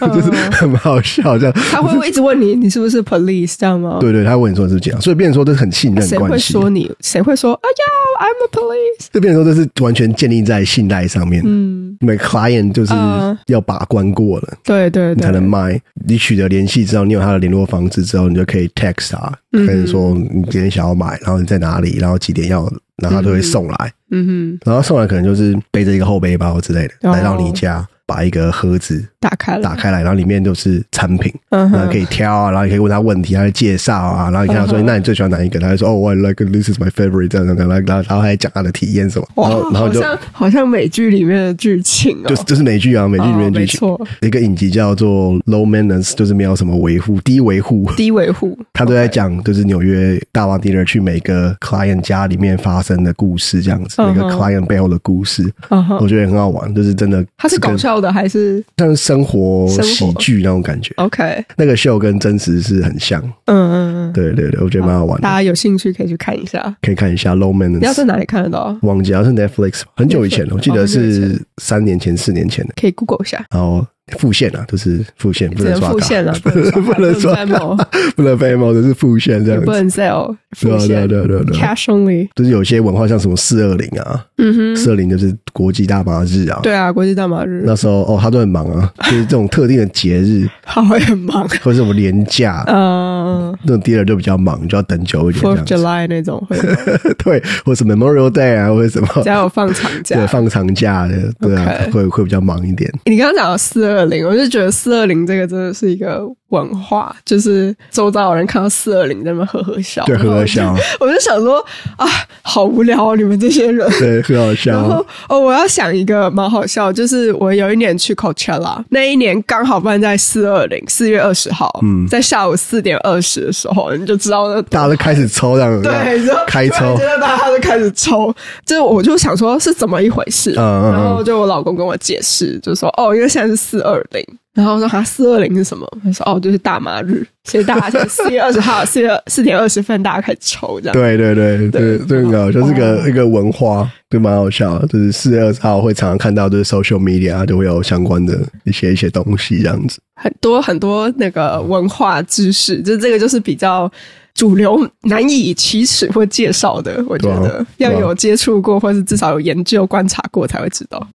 Speaker 1: 嗯
Speaker 2: 就是 很好笑这样。
Speaker 1: 他会不会一直问你，你是不是 police 这样吗？
Speaker 2: 对对，他问你说你是不是警察，所以变成说这是很信任
Speaker 1: 谁会
Speaker 2: 关系，
Speaker 1: 说你？谁会说？哎呀，I'm a police。
Speaker 2: 这变成说这是完全建立在信赖上面。
Speaker 1: 嗯，
Speaker 2: 你们 client 就是
Speaker 1: 嗯
Speaker 2: 要把关过了，
Speaker 1: 对对
Speaker 2: 你
Speaker 1: 对，
Speaker 2: 才能卖。你取得联系之后，你有他的联络方式之后，你就可以 text 他，
Speaker 1: 嗯哼
Speaker 2: 跟你说你今天想要买，然后你在哪里，然后几点要，然后他就会送来。
Speaker 1: 嗯哼，
Speaker 2: 然后送来可能就是背着一个后背包之类的，
Speaker 1: 哦
Speaker 2: 来到你家，把一个盒子
Speaker 1: 打开了，
Speaker 2: 打开来，然后里面就是产品，
Speaker 1: 嗯
Speaker 2: 然后可
Speaker 1: 哼，
Speaker 2: 以挑啊，然后你可以问他问题，他会介绍啊，然后你跟他说，
Speaker 1: 嗯哼
Speaker 2: 那你最喜欢哪一个？他就说，哦，我 like this is my favorite 这样这样，这样然后然后然后还讲他的体验什么，然
Speaker 1: 哇，
Speaker 2: 后然后
Speaker 1: 好
Speaker 2: 就
Speaker 1: 像好像美剧里面的剧情哦，
Speaker 2: 就是就是美剧啊，美剧里面
Speaker 1: 哦
Speaker 2: 剧
Speaker 1: 没
Speaker 2: 情。
Speaker 1: 错，
Speaker 2: 一个影集叫做《Low Maintenance》，就是没有什么维护，低维护。
Speaker 1: 低维护，
Speaker 2: 他都在讲，就是纽约大王 dealer 去每个 client 家里面发生的故事，这样子，每
Speaker 1: 嗯哼
Speaker 2: 个 client 背后的故事，
Speaker 1: 嗯哼，
Speaker 2: 我觉得很好玩，就是真的，
Speaker 1: 他是搞笑的还是
Speaker 2: 像是生活
Speaker 1: 生活
Speaker 2: 喜剧那种感觉。
Speaker 1: OK？
Speaker 2: 那个秀跟真实是很像，
Speaker 1: 嗯嗯嗯，
Speaker 2: 对对对，我觉得蛮好玩
Speaker 1: 大
Speaker 2: 的，
Speaker 1: 家有兴趣可以去看一下。
Speaker 2: 可以看一下《Low
Speaker 1: 嗯你要在
Speaker 2: Maintenance》。
Speaker 1: 哪里看得到？
Speaker 2: 网家是 Netflix，很久以前了，我记得
Speaker 1: Netflix 哦很久以
Speaker 2: 是三年前、四年前的，
Speaker 1: 可以 Google 一下，
Speaker 2: 然后复现啊，就是复现，不
Speaker 1: 只
Speaker 2: 能
Speaker 1: 能
Speaker 2: 刷
Speaker 1: 付 现了
Speaker 2: 卡，，
Speaker 1: 不能刷卡，
Speaker 2: 不能刷不能 f a m 就是复现这
Speaker 1: 也
Speaker 2: 样子
Speaker 1: 不。能 sell，
Speaker 2: 对啊，
Speaker 1: 付
Speaker 2: 对啊，
Speaker 1: 现
Speaker 2: 对啊，对啊，对啊，
Speaker 1: cash only。
Speaker 2: 就是有些文化像什么四二零啊，
Speaker 1: 嗯哼，
Speaker 2: 四二零就是国际大麻日啊。
Speaker 1: 对啊，国际大马日，
Speaker 2: 那时候哦，他都很忙啊，就是这种特定的节 日
Speaker 1: 他会很忙。
Speaker 2: 或者什么年假，
Speaker 1: 嗯
Speaker 2: 那种 dealer 就比较忙，就要等久一点
Speaker 1: ，Fourth
Speaker 2: 这样
Speaker 1: July 那种会，
Speaker 2: 子。 对，或者是 Memorial Day 啊，或者什么，
Speaker 1: 只要有放长假
Speaker 2: 对，。放长假的，对啊，
Speaker 1: OK
Speaker 2: 会会比较忙一点。
Speaker 1: 你刚刚讲到四二零，我就觉得四二零这个真的是一个文化，就是周遭的人看到四二零在那边呵呵笑，
Speaker 2: 对，很好
Speaker 1: 然
Speaker 2: 笑
Speaker 1: 后， 我就。我就想说啊，好无聊、哦，你们这些人。
Speaker 2: 对，很好
Speaker 1: 然后
Speaker 2: 笑。
Speaker 1: 哦，我要想一个蛮好笑，就是我有一年去 Coachella，那一年刚好办在四二零，四月二十号，
Speaker 2: 嗯
Speaker 1: 在下午四点二十的时候，你就知道那
Speaker 2: 大家都开始抽这样子，
Speaker 1: 对，就
Speaker 2: 啊开抽
Speaker 1: 现，在大家就开始抽，就我就想说是怎么一回事，
Speaker 2: 嗯嗯
Speaker 1: 然后就我老公跟我解释，就说哦，因为现在是四二零。然后我说哈，四二零是什么？他说哦，就是大麻日，所以大家就 四月二十号、四月四点二十分，大家开始抽这样。
Speaker 2: 对对对对，这个很好笑，就是
Speaker 1: 哦
Speaker 2: 个一个文化，就蛮好笑的。就是四月二十号会常常看到，就是 social media 啊就会有相关的一些一些东西这 样子。
Speaker 1: 很多很多那个文化知识，就这个就是比较主流难以启齿或介绍的，我觉
Speaker 2: 对
Speaker 1: 得、
Speaker 2: 啊
Speaker 1: 要
Speaker 2: 对啊
Speaker 1: 有接触过，或是至少有研究观察过才会知道，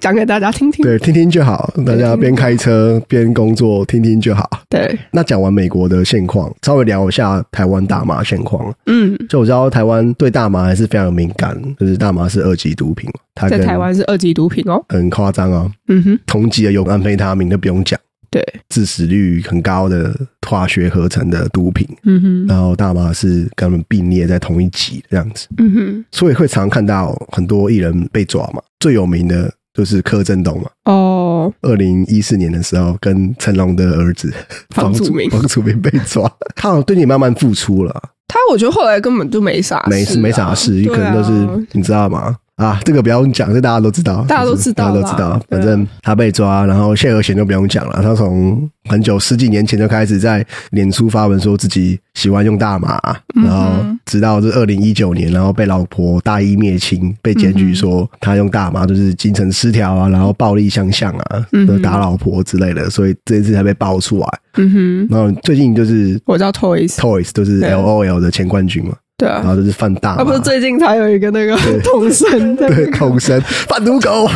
Speaker 1: 讲给大家听听。
Speaker 2: 对，听听就好，大家边开
Speaker 1: 嗯
Speaker 2: 车边工作，听听就好。
Speaker 1: 对，
Speaker 2: 那讲完美国的现况，稍微聊一下台湾大麻现况。
Speaker 1: 嗯，
Speaker 2: 就我知道台湾对大麻还是非常敏感，就是大麻是二级毒品，它
Speaker 1: 在
Speaker 2: 跟
Speaker 1: 台湾是二级毒品哦。
Speaker 2: 很夸张啊，
Speaker 1: 嗯哼，
Speaker 2: 同级的有安非他命都不用讲，
Speaker 1: 对，
Speaker 2: 致死率很高的化学合成的毒品。
Speaker 1: 嗯哼，
Speaker 2: 然后大麻是跟他们并列在同一级这样子，
Speaker 1: 嗯哼，
Speaker 2: 所以会常看到很多艺人被抓嘛。最有名的就是柯震东嘛，
Speaker 1: 哦，
Speaker 2: 二零一四年的时候跟成龙的儿子
Speaker 1: 房祖名
Speaker 2: 房祖名被抓，他好像对你慢慢付出了，
Speaker 1: 他我觉得后来根本就没啥、
Speaker 2: 没事没啥事，
Speaker 1: 对啊
Speaker 2: 可能都是你知道吗？啊，这个不用讲，这大家都知道，
Speaker 1: 大家都知道啦
Speaker 2: 大家都知道。
Speaker 1: 对
Speaker 2: 反
Speaker 1: 啊
Speaker 2: 正他被抓，然后谢和弦就不用讲了，他从很久十几年前就开始在脸书发文说自己喜欢用大麻，
Speaker 1: 嗯
Speaker 2: 然后直到这二零一九年，然后被老婆大义灭亲，被检举说他用大麻就是精神失调啊，然后暴力相向啊，
Speaker 1: 嗯哼
Speaker 2: 打老婆之类的，所以这次才被爆出来。
Speaker 1: 嗯哼，
Speaker 2: 然后最近就是
Speaker 1: 我知道 Toys，
Speaker 2: Toys 就是 L O L 的前冠军嘛，
Speaker 1: 对
Speaker 2: 然
Speaker 1: 啊，
Speaker 2: 后就是犯大麻，
Speaker 1: 啊不是最近才有一个那个童声的，
Speaker 2: 对，孔神贩毒狗，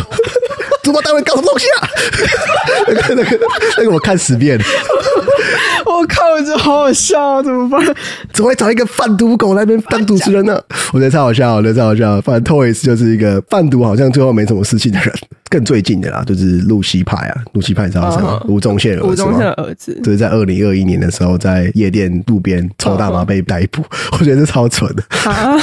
Speaker 2: 主播单位搞什么东西啊？那个那个那个，我看十遍，
Speaker 1: 我靠，我觉得好好笑啊，怎 么办？
Speaker 2: 怎么会找一个贩毒狗来那边当主持人呢？我觉得超好笑，我觉得超好笑。反正 Toys 就是一个贩毒好像最后没什么事情的人。更最近的啦，就是露西派啊，露西派你知道是谁吗？
Speaker 1: 哦
Speaker 2: 吴宗宪儿子吗
Speaker 1: 吴宗宪的儿子，
Speaker 2: 啊就是在二零二一年的时候，在夜店路边抽大麻被逮捕，我觉得这超蠢的，
Speaker 1: 啊，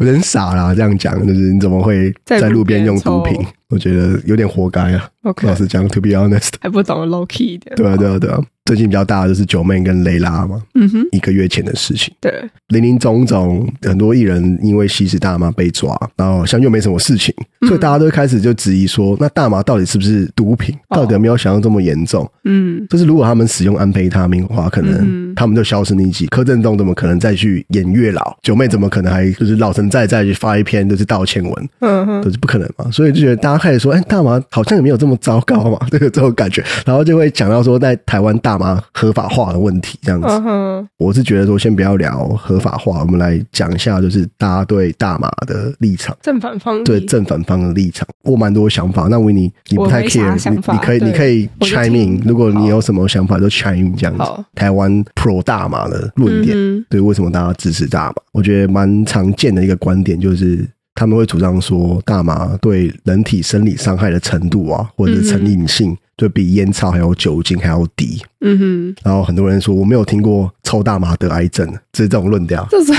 Speaker 2: 有点傻啦。这样讲就是你怎么会
Speaker 1: 在
Speaker 2: 在路边用毒
Speaker 1: 路边抽
Speaker 2: 品？我觉得有点活该啊。
Speaker 1: OK
Speaker 2: 老实讲，to be honest，
Speaker 1: 还不懂 low key 一点。
Speaker 2: 对啊，对啊，对啊。最近比较大的就是九妹跟蕾拉嘛，
Speaker 1: 嗯哼，
Speaker 2: 一个月前的事情。
Speaker 1: 对，
Speaker 2: 林林总总，很多艺人因为吸食大麻被抓，然后好像又没什么事情，
Speaker 1: 嗯
Speaker 2: 所以大家都开始就质疑说，那大麻到底是不是毒品？
Speaker 1: 哦
Speaker 2: 到底有没有想象这么严重？
Speaker 1: 嗯
Speaker 2: 就是如果他们使用安非他命的话，可
Speaker 1: 嗯
Speaker 2: 能他们就销声匿迹。柯震东怎么可能再去演月老？九妹怎么可能还就是老神在在去发一篇就是道歉文？
Speaker 1: 嗯哼，
Speaker 2: 都是不可能嘛，所以就觉得大家开始说，哎、大麻好像也没有这么糟糕嘛，这个这种感觉，然后就会讲到说，在台湾大麻合法化的问题这样子。
Speaker 1: 嗯哼，
Speaker 2: 我是觉得说，先不要聊合法化，我们来讲一下，就是大家对大麻的立场，
Speaker 1: 正反方
Speaker 2: 对
Speaker 1: 离，
Speaker 2: 正反方的立场。我蛮多想法，那维尼你不
Speaker 1: 我
Speaker 2: 太
Speaker 1: 没啥
Speaker 2: care，
Speaker 1: 想
Speaker 2: 你
Speaker 1: 法
Speaker 2: 你可以
Speaker 1: 对
Speaker 2: 你可以
Speaker 1: 我就
Speaker 2: chime
Speaker 1: 听
Speaker 2: in，如果你有什么想法就 chime in 这样子
Speaker 1: 好。
Speaker 2: 台湾 pro 大麻的论点，
Speaker 1: 嗯
Speaker 2: 对，为什么大家支持大麻？我觉得蛮常见的一个观点就是，他们会主张说大麻对人体生理伤害的程度啊，或者是成瘾性，就比烟草还有酒精还要低。
Speaker 1: 嗯哼，，
Speaker 2: 然后很多人说我没有听过抽大麻得癌症，就是这种论调
Speaker 1: 这是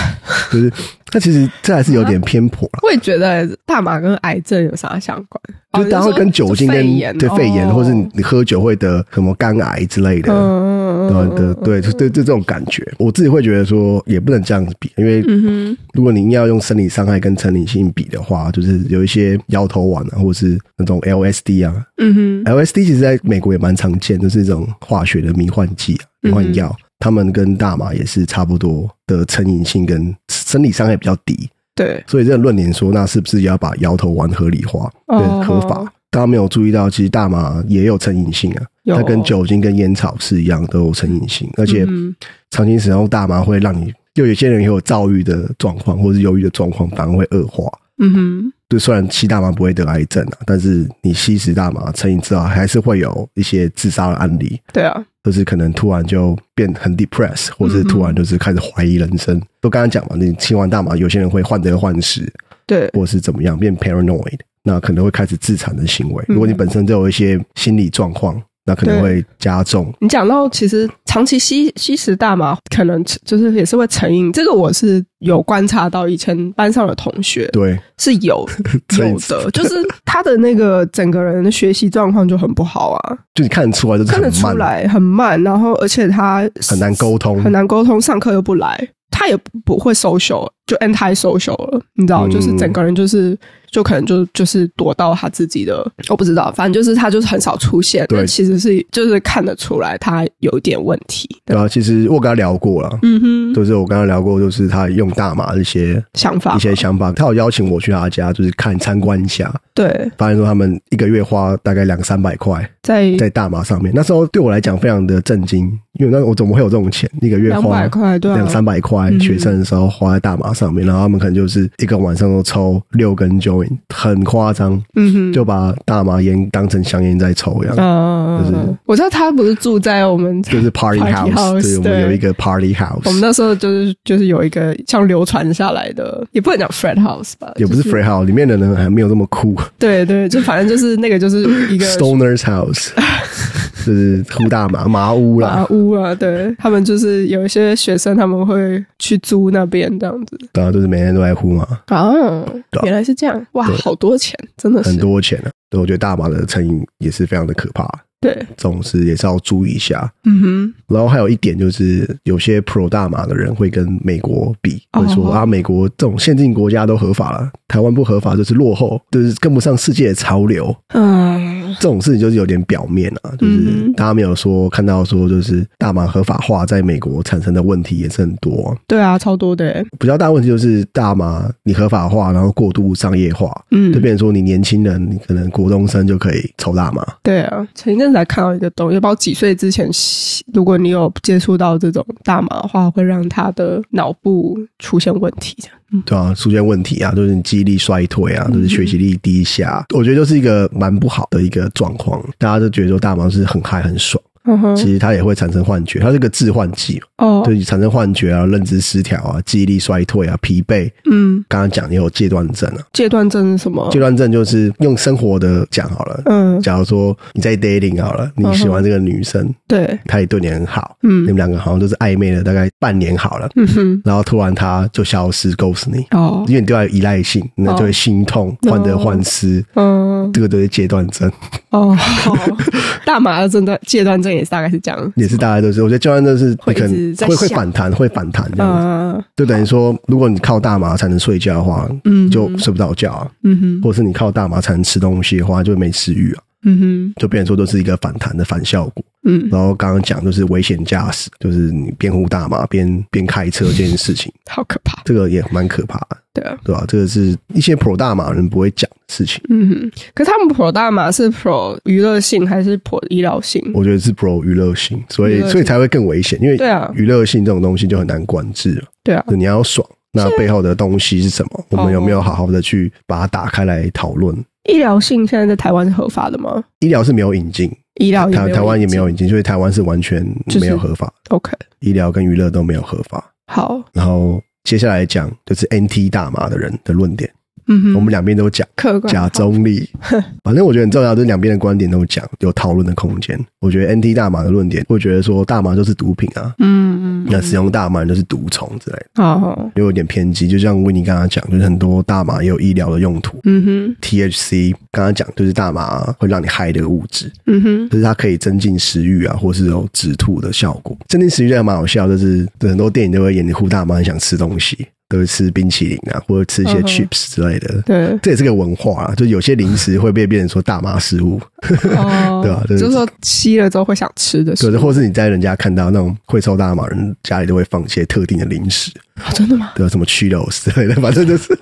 Speaker 2: 就是那其实这还是有点偏颇啦。
Speaker 1: 我也觉得大麻跟癌症有啥相关？
Speaker 2: 就
Speaker 1: 哦
Speaker 2: 是大家会跟酒精
Speaker 1: 你
Speaker 2: 跟
Speaker 1: 是说炎
Speaker 2: 对肺炎，
Speaker 1: 哦
Speaker 2: 或是你喝酒会得什么肝癌之类的，
Speaker 1: 嗯
Speaker 2: 对啊对对，就对，就这种感觉，我自己会觉得说也不能这样子比，因为
Speaker 1: 嗯
Speaker 2: 如果您要用生理伤害跟成瘾性比的话，就是有一些摇头丸啊，或是那种 LSD 啊
Speaker 1: 哼，嗯哼，
Speaker 2: ，LSD 其实在美国也蛮常见，就是一种化学的迷幻剂、啊、
Speaker 1: 嗯
Speaker 2: 迷幻药，他们跟大麻也是差不多的成瘾性跟生理伤害比较低，
Speaker 1: 对，
Speaker 2: 所以这个论点说，那是不是也要把摇头丸合理化、
Speaker 1: 哦
Speaker 2: 对合法？大家没有注意到，其实大麻也有成瘾性啊，
Speaker 1: 有
Speaker 2: 它跟酒精跟烟草是一样都有成瘾性，而且
Speaker 1: 嗯
Speaker 2: 长期使用大麻会让你，又有些人也有躁郁的状况，或是忧郁的状况，反而会恶化。
Speaker 1: 嗯哼，
Speaker 2: 对，虽然吸大麻不会得癌症啊，但是你吸食大麻成瘾之后，还是会有一些自杀的案例，
Speaker 1: 对啊，
Speaker 2: 就是可能突然就变很 depressed，或是
Speaker 1: 嗯
Speaker 2: 突然就是开始怀疑人生。都刚刚讲嘛，你吸完大麻，有些人会患得患失，
Speaker 1: 对，
Speaker 2: 或是怎么样变 paranoid，那可能会开始自残的行为。
Speaker 1: 嗯
Speaker 2: 如果你本身就有一些心理状况，那可能
Speaker 1: 对
Speaker 2: 会加重。
Speaker 1: 你讲到其实长期吸吸食大麻，可能就是也是会成瘾。这个我是有观察到，以前班上的同 学
Speaker 2: 对，
Speaker 1: 是有
Speaker 2: 成瘾
Speaker 1: 有的，就是他的那个整个人的学习状况就很不好啊，
Speaker 2: 就你看得出来，就是
Speaker 1: 看得
Speaker 2: 很
Speaker 1: 出
Speaker 2: 慢，
Speaker 1: 来很慢，然后而且他
Speaker 2: 很难沟通，
Speaker 1: 很难沟通，上课又不来，他也不不会 social，就 anti social 了，你知道，
Speaker 2: 嗯
Speaker 1: 就是整个人就是就可能就就是躲到他自己的，我不知道，反正就是他就是很少出现，
Speaker 2: 对
Speaker 1: 但其实是就是看得出来他有一点问题。
Speaker 2: 对啊，其实我跟他聊过了，
Speaker 1: 嗯哼，
Speaker 2: 就是我跟他聊过，就是他用大麻的一些
Speaker 1: 想法
Speaker 2: 一些想法，他有邀请我去他家，就是看参观一下，
Speaker 1: 对，
Speaker 2: 发现说他们一个月花大概两三百块
Speaker 1: 在
Speaker 2: 在大麻上面，那时候对我来讲非常的震惊，因为那我怎么会有这种钱，一个月
Speaker 1: 两
Speaker 2: 花
Speaker 1: 百块，对啊，
Speaker 2: 两三百块，
Speaker 1: 嗯
Speaker 2: 学生的时候花在大麻上面，然后他们可能就是一个晚上都抽六根 joint，很夸张，
Speaker 1: 嗯哼，
Speaker 2: 就把大麻烟当成香烟在抽一样。
Speaker 1: 嗯，
Speaker 2: 就是
Speaker 1: 我知道他不是住在 我们
Speaker 2: 就是 party house，
Speaker 1: Party house，
Speaker 2: 对，我们
Speaker 1: 对
Speaker 2: 有一个 party house，
Speaker 1: 我们那时候就是就是有一个像流传下来的，也不能讲 Fred House 吧，
Speaker 2: 也不是
Speaker 1: 就是
Speaker 2: free house，里面的人还没有这么酷。
Speaker 1: 对对，就反正就是那个就是一个
Speaker 2: Stoner's house，就是呼大麻麻屋啦，
Speaker 1: 麻屋啊，对他们就是有一些学生他们会去租那边这样子
Speaker 2: 对啊，就是每天都在呼嘛，
Speaker 1: 啊
Speaker 2: 对啊
Speaker 1: 原来是这样，哇
Speaker 2: 对，
Speaker 1: 好多钱，真的
Speaker 2: 很
Speaker 1: 是
Speaker 2: 多钱啊。对，我觉得大麻的成瘾也是非常的可怕，
Speaker 1: 对，
Speaker 2: 这种事也是要注意一下。
Speaker 1: 嗯
Speaker 2: 然后还有一点就是，有些 pro 大麻的人会跟美国比，
Speaker 1: 哦
Speaker 2: 会说啊，美国这种先进国家都合法了，台湾不合法就是落后，就是跟不上世界的潮流。
Speaker 1: 哼，嗯，
Speaker 2: 这种事情就是有点表面啊，就是
Speaker 1: 嗯
Speaker 2: 大家没有说看到说，就是大麻合法化在美国产生的问题也是很多啊、
Speaker 1: 对啊，超多的欸，
Speaker 2: 比较大问题就是大麻你合法化，然后过度商业化，
Speaker 1: 嗯
Speaker 2: 就，变成说你年轻人，你可能国中生就可以抽大麻。
Speaker 1: 对啊，前一阵子还看到一个东西，不知道几岁之前，如果你有接触到这种大麻的话，会让他的脑部出现问题，这样，
Speaker 2: 对啊，出现问题啊，就是你记忆力衰退
Speaker 1: 嗯
Speaker 2: 啊，就是学习力低下，我觉得就是一个蛮不好的一个状况。大家都觉得说大麻是很嗨很爽，
Speaker 1: 嗯
Speaker 2: 其
Speaker 1: 哼，
Speaker 2: 实它也会产生幻觉，它是个致幻剂嘛，
Speaker 1: 哦
Speaker 2: 就，是产生幻觉啊、认知失调啊、记忆力衰退啊、疲惫。
Speaker 1: 嗯，
Speaker 2: 刚刚讲你有戒断症啊，
Speaker 1: 戒断症是什么
Speaker 2: 戒？断症就是用生活的讲好了，
Speaker 1: 哦嗯，
Speaker 2: 假如说你在 dating 好了，你喜欢这个女生，
Speaker 1: 对，
Speaker 2: 她也对你很好，你
Speaker 1: 嗯
Speaker 2: 们两个好像都是暧昧了大概半年好了，
Speaker 1: 嗯哼，
Speaker 2: 然后突然她就消失，ghost 你，
Speaker 1: 哦，
Speaker 2: 因为你对她有依赖性，那就会心痛、患得患失，
Speaker 1: 嗯，
Speaker 2: 这个都是戒断症。
Speaker 1: 哦，好，大麻的症断戒断症也是大概是这样。
Speaker 2: 也是大家都是，我觉得教案就是
Speaker 1: 会
Speaker 2: 你
Speaker 1: 一直
Speaker 2: 可能
Speaker 1: 在
Speaker 2: 会会
Speaker 1: 想
Speaker 2: 反弹，会反弹这样子，
Speaker 1: 嗯
Speaker 2: 就等于说，如果你靠大麻才能睡觉的话，
Speaker 1: 嗯
Speaker 2: 就睡不着觉啊，
Speaker 1: 嗯哼
Speaker 2: 或者是你靠大麻才能吃东西的话，就没食欲啊，
Speaker 1: 嗯哼
Speaker 2: 就变成说都是一个反弹的反效果。
Speaker 1: 嗯，
Speaker 2: 然后刚刚讲就是危险驾驶，就是你边呼大麻边边开车这件事情，
Speaker 1: 好可怕。
Speaker 2: 这个也蛮可怕的，
Speaker 1: 对啊，
Speaker 2: 对吧、这个是一些 pro 大麻人不会讲的事情，
Speaker 1: 嗯哼，可是他们 pro 大麻是 pro 娱乐性还是 pro 医疗性？
Speaker 2: 我觉得是 pro 娱乐性，所
Speaker 1: 娱乐
Speaker 2: 以
Speaker 1: 性
Speaker 2: 所以才会更危险，因为
Speaker 1: 对啊
Speaker 2: 娱乐性这种东西就很难管制了，
Speaker 1: 对啊，哦
Speaker 2: 就你要爽。那背后的东西是什么？我们有没有好好的去把它打开来讨论？
Speaker 1: 医疗性现在在台湾是合法的吗？
Speaker 2: 医疗是没有引进，
Speaker 1: 医疗哦也
Speaker 2: 台
Speaker 1: 没有
Speaker 2: 台湾也
Speaker 1: 引
Speaker 2: 没
Speaker 1: 进
Speaker 2: 有引进，所以台湾是完全
Speaker 1: 就是
Speaker 2: 没有合法，
Speaker 1: OK，
Speaker 2: 医疗跟娱乐都没有合
Speaker 1: 嗯
Speaker 2: 法。
Speaker 1: 好，
Speaker 2: 然后接下来讲就是 NT 大麻的人的论点，
Speaker 1: 嗯哼，
Speaker 2: 我们两边都讲。
Speaker 1: 客观
Speaker 2: 假中 立，反正我觉得很重要，就是两边的观点都讲，有讨论的空间。我觉得 NT 大麻的论点，会觉得说大麻就是毒品啊，
Speaker 1: 嗯嗯，
Speaker 2: 那使用大麻人就是毒虫之类的，
Speaker 1: 好好，
Speaker 2: 又有点偏激。就像维尼刚刚讲，就是很多大麻也有医疗的用途
Speaker 1: 嗯哼，
Speaker 2: ，THC 刚刚讲就是大麻会让你嗨的物质，
Speaker 1: 嗯哼，
Speaker 2: 就是它可以增进食欲啊，或是有止吐的效果。增进食欲这个蛮好笑，就是很多电影都会演你呼大妈很想吃东西，都会吃冰淇淋啊，或者吃一些
Speaker 1: 嗯哼
Speaker 2: chips 之类的。，
Speaker 1: 对
Speaker 2: 这也是个文化啊，就有些零食会被变成说大麻食物，
Speaker 1: 哦，
Speaker 2: 对啊就是
Speaker 1: 就是说吸了之后会想吃的食物，
Speaker 2: 对，或是你在人家看到那种会抽大麻的人家里都会放一些特定的零食，
Speaker 1: 哦真的吗？
Speaker 2: 对，什么 Cheetos 之类的，反正就是，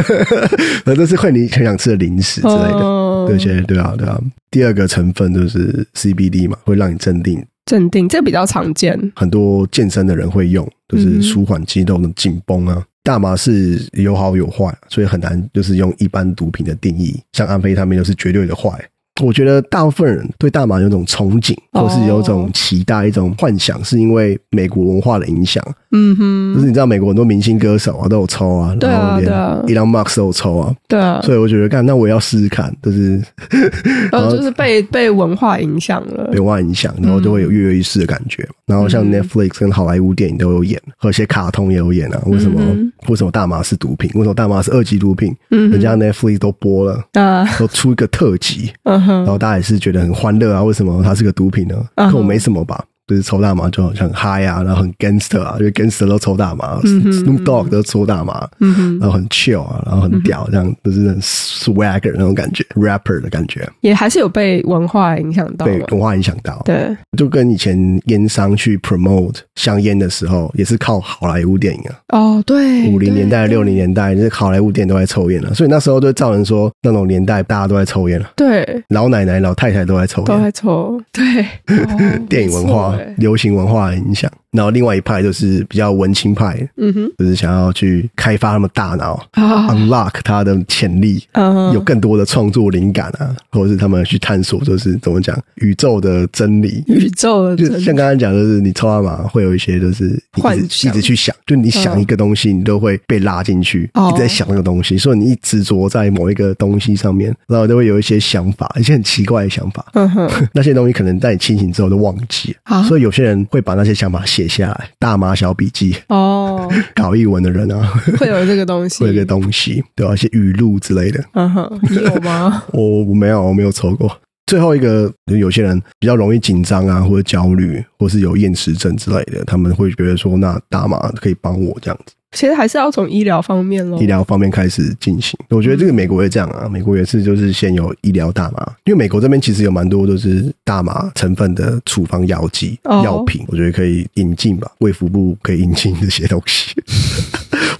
Speaker 2: 反正就是会你很想吃的零食之类的，
Speaker 1: 哦
Speaker 2: 对，些对啊，对啊。第二个成分就是 CBD 嘛，会让你镇定，
Speaker 1: 镇定，这比较常见，
Speaker 2: 很多健身的人会用，就
Speaker 1: 嗯
Speaker 2: 是舒缓肌肉的紧绷啊。大麻是有好有坏，所以很难就是用一般毒品的定义，像安非他命就是绝对的坏。我觉得大部分人对大麻有种憧憬，
Speaker 1: 哦
Speaker 2: 或是有种期待、一种幻想，是因为美国文化的影响。
Speaker 1: 嗯
Speaker 2: 就
Speaker 1: 哼，
Speaker 2: 是你知道，美国很多明星歌手啊都有抽啊，
Speaker 1: 对
Speaker 2: 然
Speaker 1: 啊
Speaker 2: 后连
Speaker 1: 对啊
Speaker 2: Elon Musk 都有抽啊，
Speaker 1: 对啊，嗯
Speaker 2: 所以我觉得，干，那我也要试试看，就是
Speaker 1: 然后呃就是被被文化影响了
Speaker 2: 被，文化影响，然后就会有跃跃欲试的感觉。然后像
Speaker 1: 嗯
Speaker 2: Netflix 跟好莱坞电影都有演，和一些卡通也有演啊。为什么？
Speaker 1: 嗯
Speaker 2: 为什么大麻是毒品？为什么大麻是二级毒品？
Speaker 1: 嗯
Speaker 2: 人家 Netflix 都播了，
Speaker 1: 啊，
Speaker 2: 都出一个特辑，
Speaker 1: 嗯
Speaker 2: 然
Speaker 1: 哼，
Speaker 2: 后大家也是觉得很欢乐啊。为什么它是个毒品呢？
Speaker 1: 嗯
Speaker 2: 跟我没什么吧。就是抽大麻就好像很嗨啊，然后很 gangster 啊，就是 gangster 都抽大麻、
Speaker 1: 嗯哼
Speaker 2: s n o o p Dogg 都抽大麻，
Speaker 1: 嗯哼，
Speaker 2: 然后很 chill 啊，然后很屌，这样就是很 swagger 那种感觉，rapper 的感觉，
Speaker 1: 也还是有被文化影响到
Speaker 2: 被
Speaker 1: 嘛，
Speaker 2: 文化影响到。
Speaker 1: 对，
Speaker 2: 就跟以前烟商去 promote 香烟的时候，也是靠好莱坞电影啊，
Speaker 1: 哦，对，
Speaker 2: 五零年代、
Speaker 1: 对
Speaker 2: 六零，年代，这好莱坞电影都在抽烟了、所以那时候就造成说那种年代大家都在抽烟了、
Speaker 1: 对，
Speaker 2: 老奶奶、老太太都在抽
Speaker 1: 都
Speaker 2: 烟。
Speaker 1: 在抽，对，哦
Speaker 2: 电影文化
Speaker 1: 没错、欸
Speaker 2: 流行文化的影响，然后另外一派就是比较文青派，
Speaker 1: 嗯哼，
Speaker 2: 就是想要去开发他们大脑、
Speaker 1: 啊，
Speaker 2: unlock 他的潜力，
Speaker 1: 嗯，
Speaker 2: 有更多的创作灵感啊，或者是他们去探索，就是怎么讲宇宙的真理。
Speaker 1: 宇宙的
Speaker 2: 就
Speaker 1: 真理
Speaker 2: 像刚刚讲，就是你抽大麻会有一些，就是你
Speaker 1: 幻
Speaker 2: 一直
Speaker 1: 想
Speaker 2: 一直去想，就你想
Speaker 1: 嗯
Speaker 2: 一个东西，你都会被拉进去，
Speaker 1: 哦
Speaker 2: 一直在想那个东西，所以你一执着在某一个东西上面，然后都会有一些想法，一些很奇怪的想法。
Speaker 1: 嗯哼，
Speaker 2: 那些东西可能在你清醒之后都忘记了，
Speaker 1: 啊，
Speaker 2: 所以有些人会把那些想法写下来，大麻小笔记，
Speaker 1: 哦，
Speaker 2: 搞译文的人啊，
Speaker 1: 会有这个东西，
Speaker 2: 会有一个东西，对吧、一些语录之类的。
Speaker 1: 嗯哼，你有吗？
Speaker 2: 我我没有，我没有抽过。最后一个，有些人比较容易紧张啊，或者焦虑，或是有厌食症之类的，他们会觉得说，那大麻可以帮我这样子，
Speaker 1: 其实还是要从医疗方面咯
Speaker 2: 医。疗方面开始进行。我觉得这个美国也这样
Speaker 1: 嗯
Speaker 2: 啊，美国也是就是先有医疗大麻，因为美国这边其实有蛮多都是大麻成分的处方药剂、
Speaker 1: 哦
Speaker 2: 药品，我觉得可以引进吧，卫福部可以引进这些东西。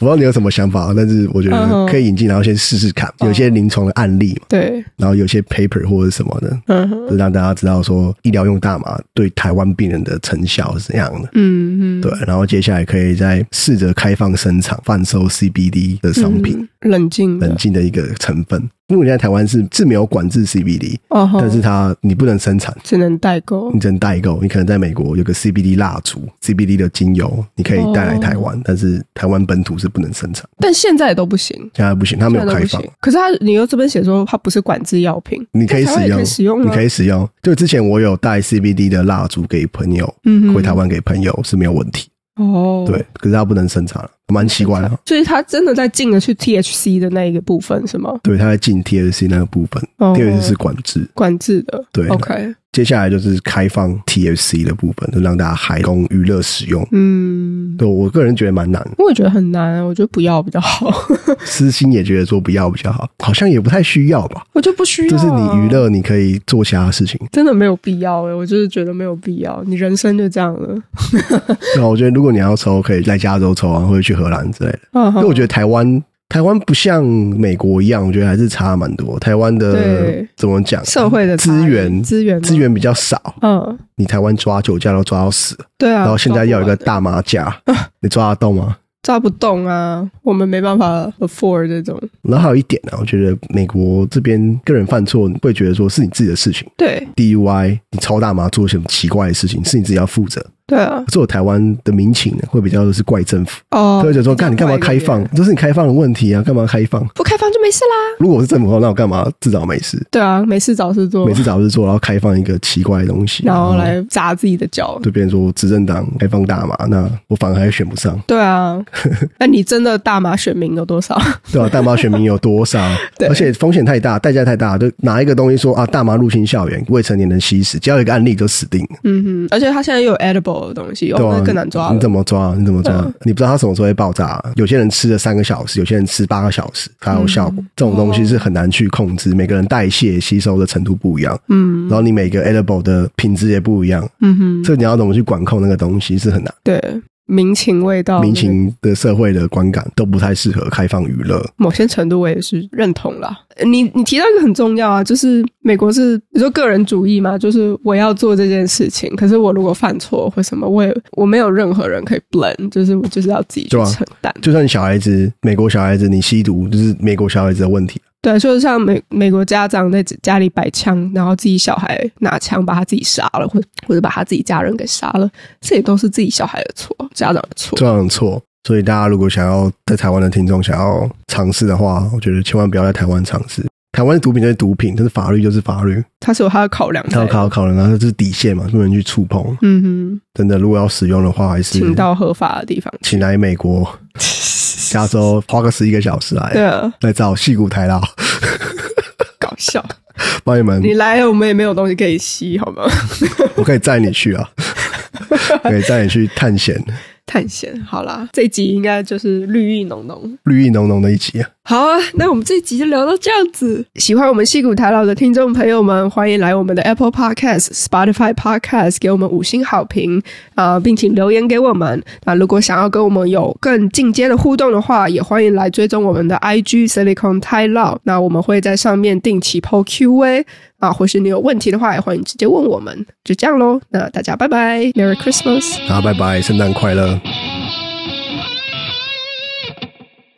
Speaker 2: 我不知道你有什么想法，啊但是我觉
Speaker 1: 嗯
Speaker 2: 得
Speaker 1: 哼
Speaker 2: 可以引进，然后先试试看，有一些临床的案例嘛，
Speaker 1: 对，
Speaker 2: 然后有一些 paper 或者什么的，
Speaker 1: 嗯哼，
Speaker 2: 就让大家知道说医疗用大麻对台湾病人的成效是怎样的。
Speaker 1: 嗯嗯，
Speaker 2: 对，然后接下来可以再试着开放生产贩售 CBD 的商品，
Speaker 1: 嗯冷静的
Speaker 2: 冷，静的一个成分。因为现在台湾是是没有管制 CBD，
Speaker 1: 哦吼，
Speaker 2: 但是嗯它你不能生产，
Speaker 1: 只能代购
Speaker 2: 你，只能代购。你可能在美国有个 CBD 蜡烛、CBD 的精油，你可以带来台
Speaker 1: 哦
Speaker 2: 湾，但是台湾本土是不能生产，
Speaker 1: 但现在都不行，
Speaker 2: 现在不行，它没有
Speaker 1: 现在都
Speaker 2: 开
Speaker 1: 不
Speaker 2: 放
Speaker 1: 行。。可是他，你又这边写说它不是管制药品，
Speaker 2: 你可以
Speaker 1: 在台
Speaker 2: 使
Speaker 1: 湾也
Speaker 2: 用，
Speaker 1: 可以使用吗
Speaker 2: 你可以使用。就之前我有带 CBD 的蜡烛给朋友，
Speaker 1: 嗯哼
Speaker 2: 回台湾给朋友是没有问题。
Speaker 1: 哦，
Speaker 2: 对，可是它不能生产了，蛮奇怪的。
Speaker 1: 所以他真的在进了去 THC 的那一个部分是吗？
Speaker 2: 对，他在进 THC 那个部分、
Speaker 1: 哦
Speaker 2: t h c 是管制。
Speaker 1: 管制的，
Speaker 2: 对
Speaker 1: ，OK，
Speaker 2: 接下来就是开放 THC 的部分，就让大家嗨供娱乐使用。
Speaker 1: 嗯，
Speaker 2: 对我个人觉得蛮难，
Speaker 1: 我也觉得很难，我觉得不要比较好，
Speaker 2: 私心也觉得说不要比较好，好像也不太需要吧。
Speaker 1: 我就不需要，啊
Speaker 2: 就是你娱。乐，你可以做其他事情。
Speaker 1: 真的没有必要欸诶、我就是觉得没有必要，你人生就这样了。
Speaker 2: 那啊我觉得如果你要抽，可以来加州抽啊，或者去荷兰之类的。
Speaker 1: 嗯
Speaker 2: 因为我觉得台湾台湾不像美国一样，我觉得还是差蛮多。台湾的
Speaker 1: 对
Speaker 2: 怎么讲，
Speaker 1: 社会的差异
Speaker 2: 资源
Speaker 1: 资源吗
Speaker 2: 资，源比较少，
Speaker 1: 嗯，
Speaker 2: 你台湾抓酒驾都抓到死，
Speaker 1: 对啊。
Speaker 2: 然后现在要有一个
Speaker 1: 抓
Speaker 2: 大麻 架，
Speaker 1: 嗯
Speaker 2: 你抓得动吗？
Speaker 1: 抓不动啊，我们没办法 afford 这种。
Speaker 2: 然后还有一点呢、啊，我觉得美国这边个人犯错会觉得说是你自己的事情
Speaker 1: 对
Speaker 2: ，DUI 你抽大麻做什么奇怪的事情是你自己要负责。
Speaker 1: 对啊，
Speaker 2: 可是我台湾的民情呢，会比较是怪政府，
Speaker 1: 哦
Speaker 2: 他，会觉得说，干你干嘛开放？这是你开放的问题啊，干嘛开放？
Speaker 1: 不开放就没事啦。
Speaker 2: 如果我是政府的话，那我干嘛自找没事？
Speaker 1: 对啊，没事找事做
Speaker 2: 每，次啊早日做，然后开放一个奇怪的东西，
Speaker 1: 然后来砸自己的脚。
Speaker 2: 对别人说执政党开放大麻，那我反而还选不上，
Speaker 1: 对啊，那你真的大麻选民有多少？ ？
Speaker 2: 对吧、啊大麻选民有多少
Speaker 1: 对
Speaker 2: 而且风险太大，代价太大，就拿一个东西说啊，大麻入侵校园，未成年人吸食，只要有一个案例就死定了，
Speaker 1: 嗯哼，而且他现在又有 edible 的东西，哦，
Speaker 2: 对吧、啊
Speaker 1: 那更难抓
Speaker 2: 你
Speaker 1: 了。
Speaker 2: 怎么抓？你怎么抓？
Speaker 1: 嗯
Speaker 2: 你不知道它什么时候会爆炸。有些人吃了三个小时，有些人吃八个小时才有效
Speaker 1: 嗯
Speaker 2: 果。这种东西是很难去控制，每个人代谢吸收的程度不一样，
Speaker 1: 嗯
Speaker 2: 然后你每个 edible 的品质也不一样，
Speaker 1: 嗯哼，
Speaker 2: 所以你要怎么去管控那个东西是很难。
Speaker 1: 对，民情味道，
Speaker 2: 民情的社会的观感都不太适合开放娱乐。
Speaker 1: 某些程度我也是认同啦。你你提到一个很重要啊，就是美国是你说个人主义嘛，就是我要做这件事情，可是我如果犯错或什么，我也我没有任何人可以 blame，就是我就是要自己去
Speaker 2: 对啊
Speaker 1: 承担。
Speaker 2: 就算小孩子，美国小孩子你吸毒，就是美国小孩子的问题。
Speaker 1: 对，就是像美美国家长在家里摆枪，然后自己小孩拿枪把他自己杀了，或或者把他自己家人给杀了，这也都是自己小孩的错，家长的错
Speaker 2: 这。样很错。所以大家如果想要在台湾的听众想要尝试的话，我觉得千万不要在台湾尝试。台湾的毒品就是毒品，但是法律就是法律，
Speaker 1: 他是有他的考量
Speaker 2: 它
Speaker 1: 在
Speaker 2: 有
Speaker 1: 的。
Speaker 2: 考考量，然后这是底线嘛，不能去触碰。
Speaker 1: 嗯哼，
Speaker 2: 真的，如果要使用的话，还是
Speaker 1: 请到合法的地 方。
Speaker 2: 请来美国 加州花个十一个小时来
Speaker 1: 对啊，
Speaker 2: 来找戏骨台啦，
Speaker 1: 搞笑。
Speaker 2: 帮你们，
Speaker 1: 你来了，我们也没有东西可以吸，好吗？
Speaker 2: 我可以载你去啊，我可以载你去探险，
Speaker 1: 探险，好啦，这集应该就是绿意浓浓。
Speaker 2: 绿意浓浓的一集啊。
Speaker 1: 好啊，那我们这一集就聊到这样子。喜欢我们戏骨台老的听众朋友们，欢迎来我们的 Apple Podcast、Spotify Podcast 给我们五星好评啊、并请留言给我们。那如果想要跟我们有更进阶的互动的话，也欢迎来追踪我们的 IG Silicon Thai Law。那我们会在上面定期 PO Q&A 啊，或是你有问题的话，也欢迎直接问我们。就这样喽，那大家拜拜，Merry Christmas。
Speaker 2: 好，拜拜，圣诞快乐。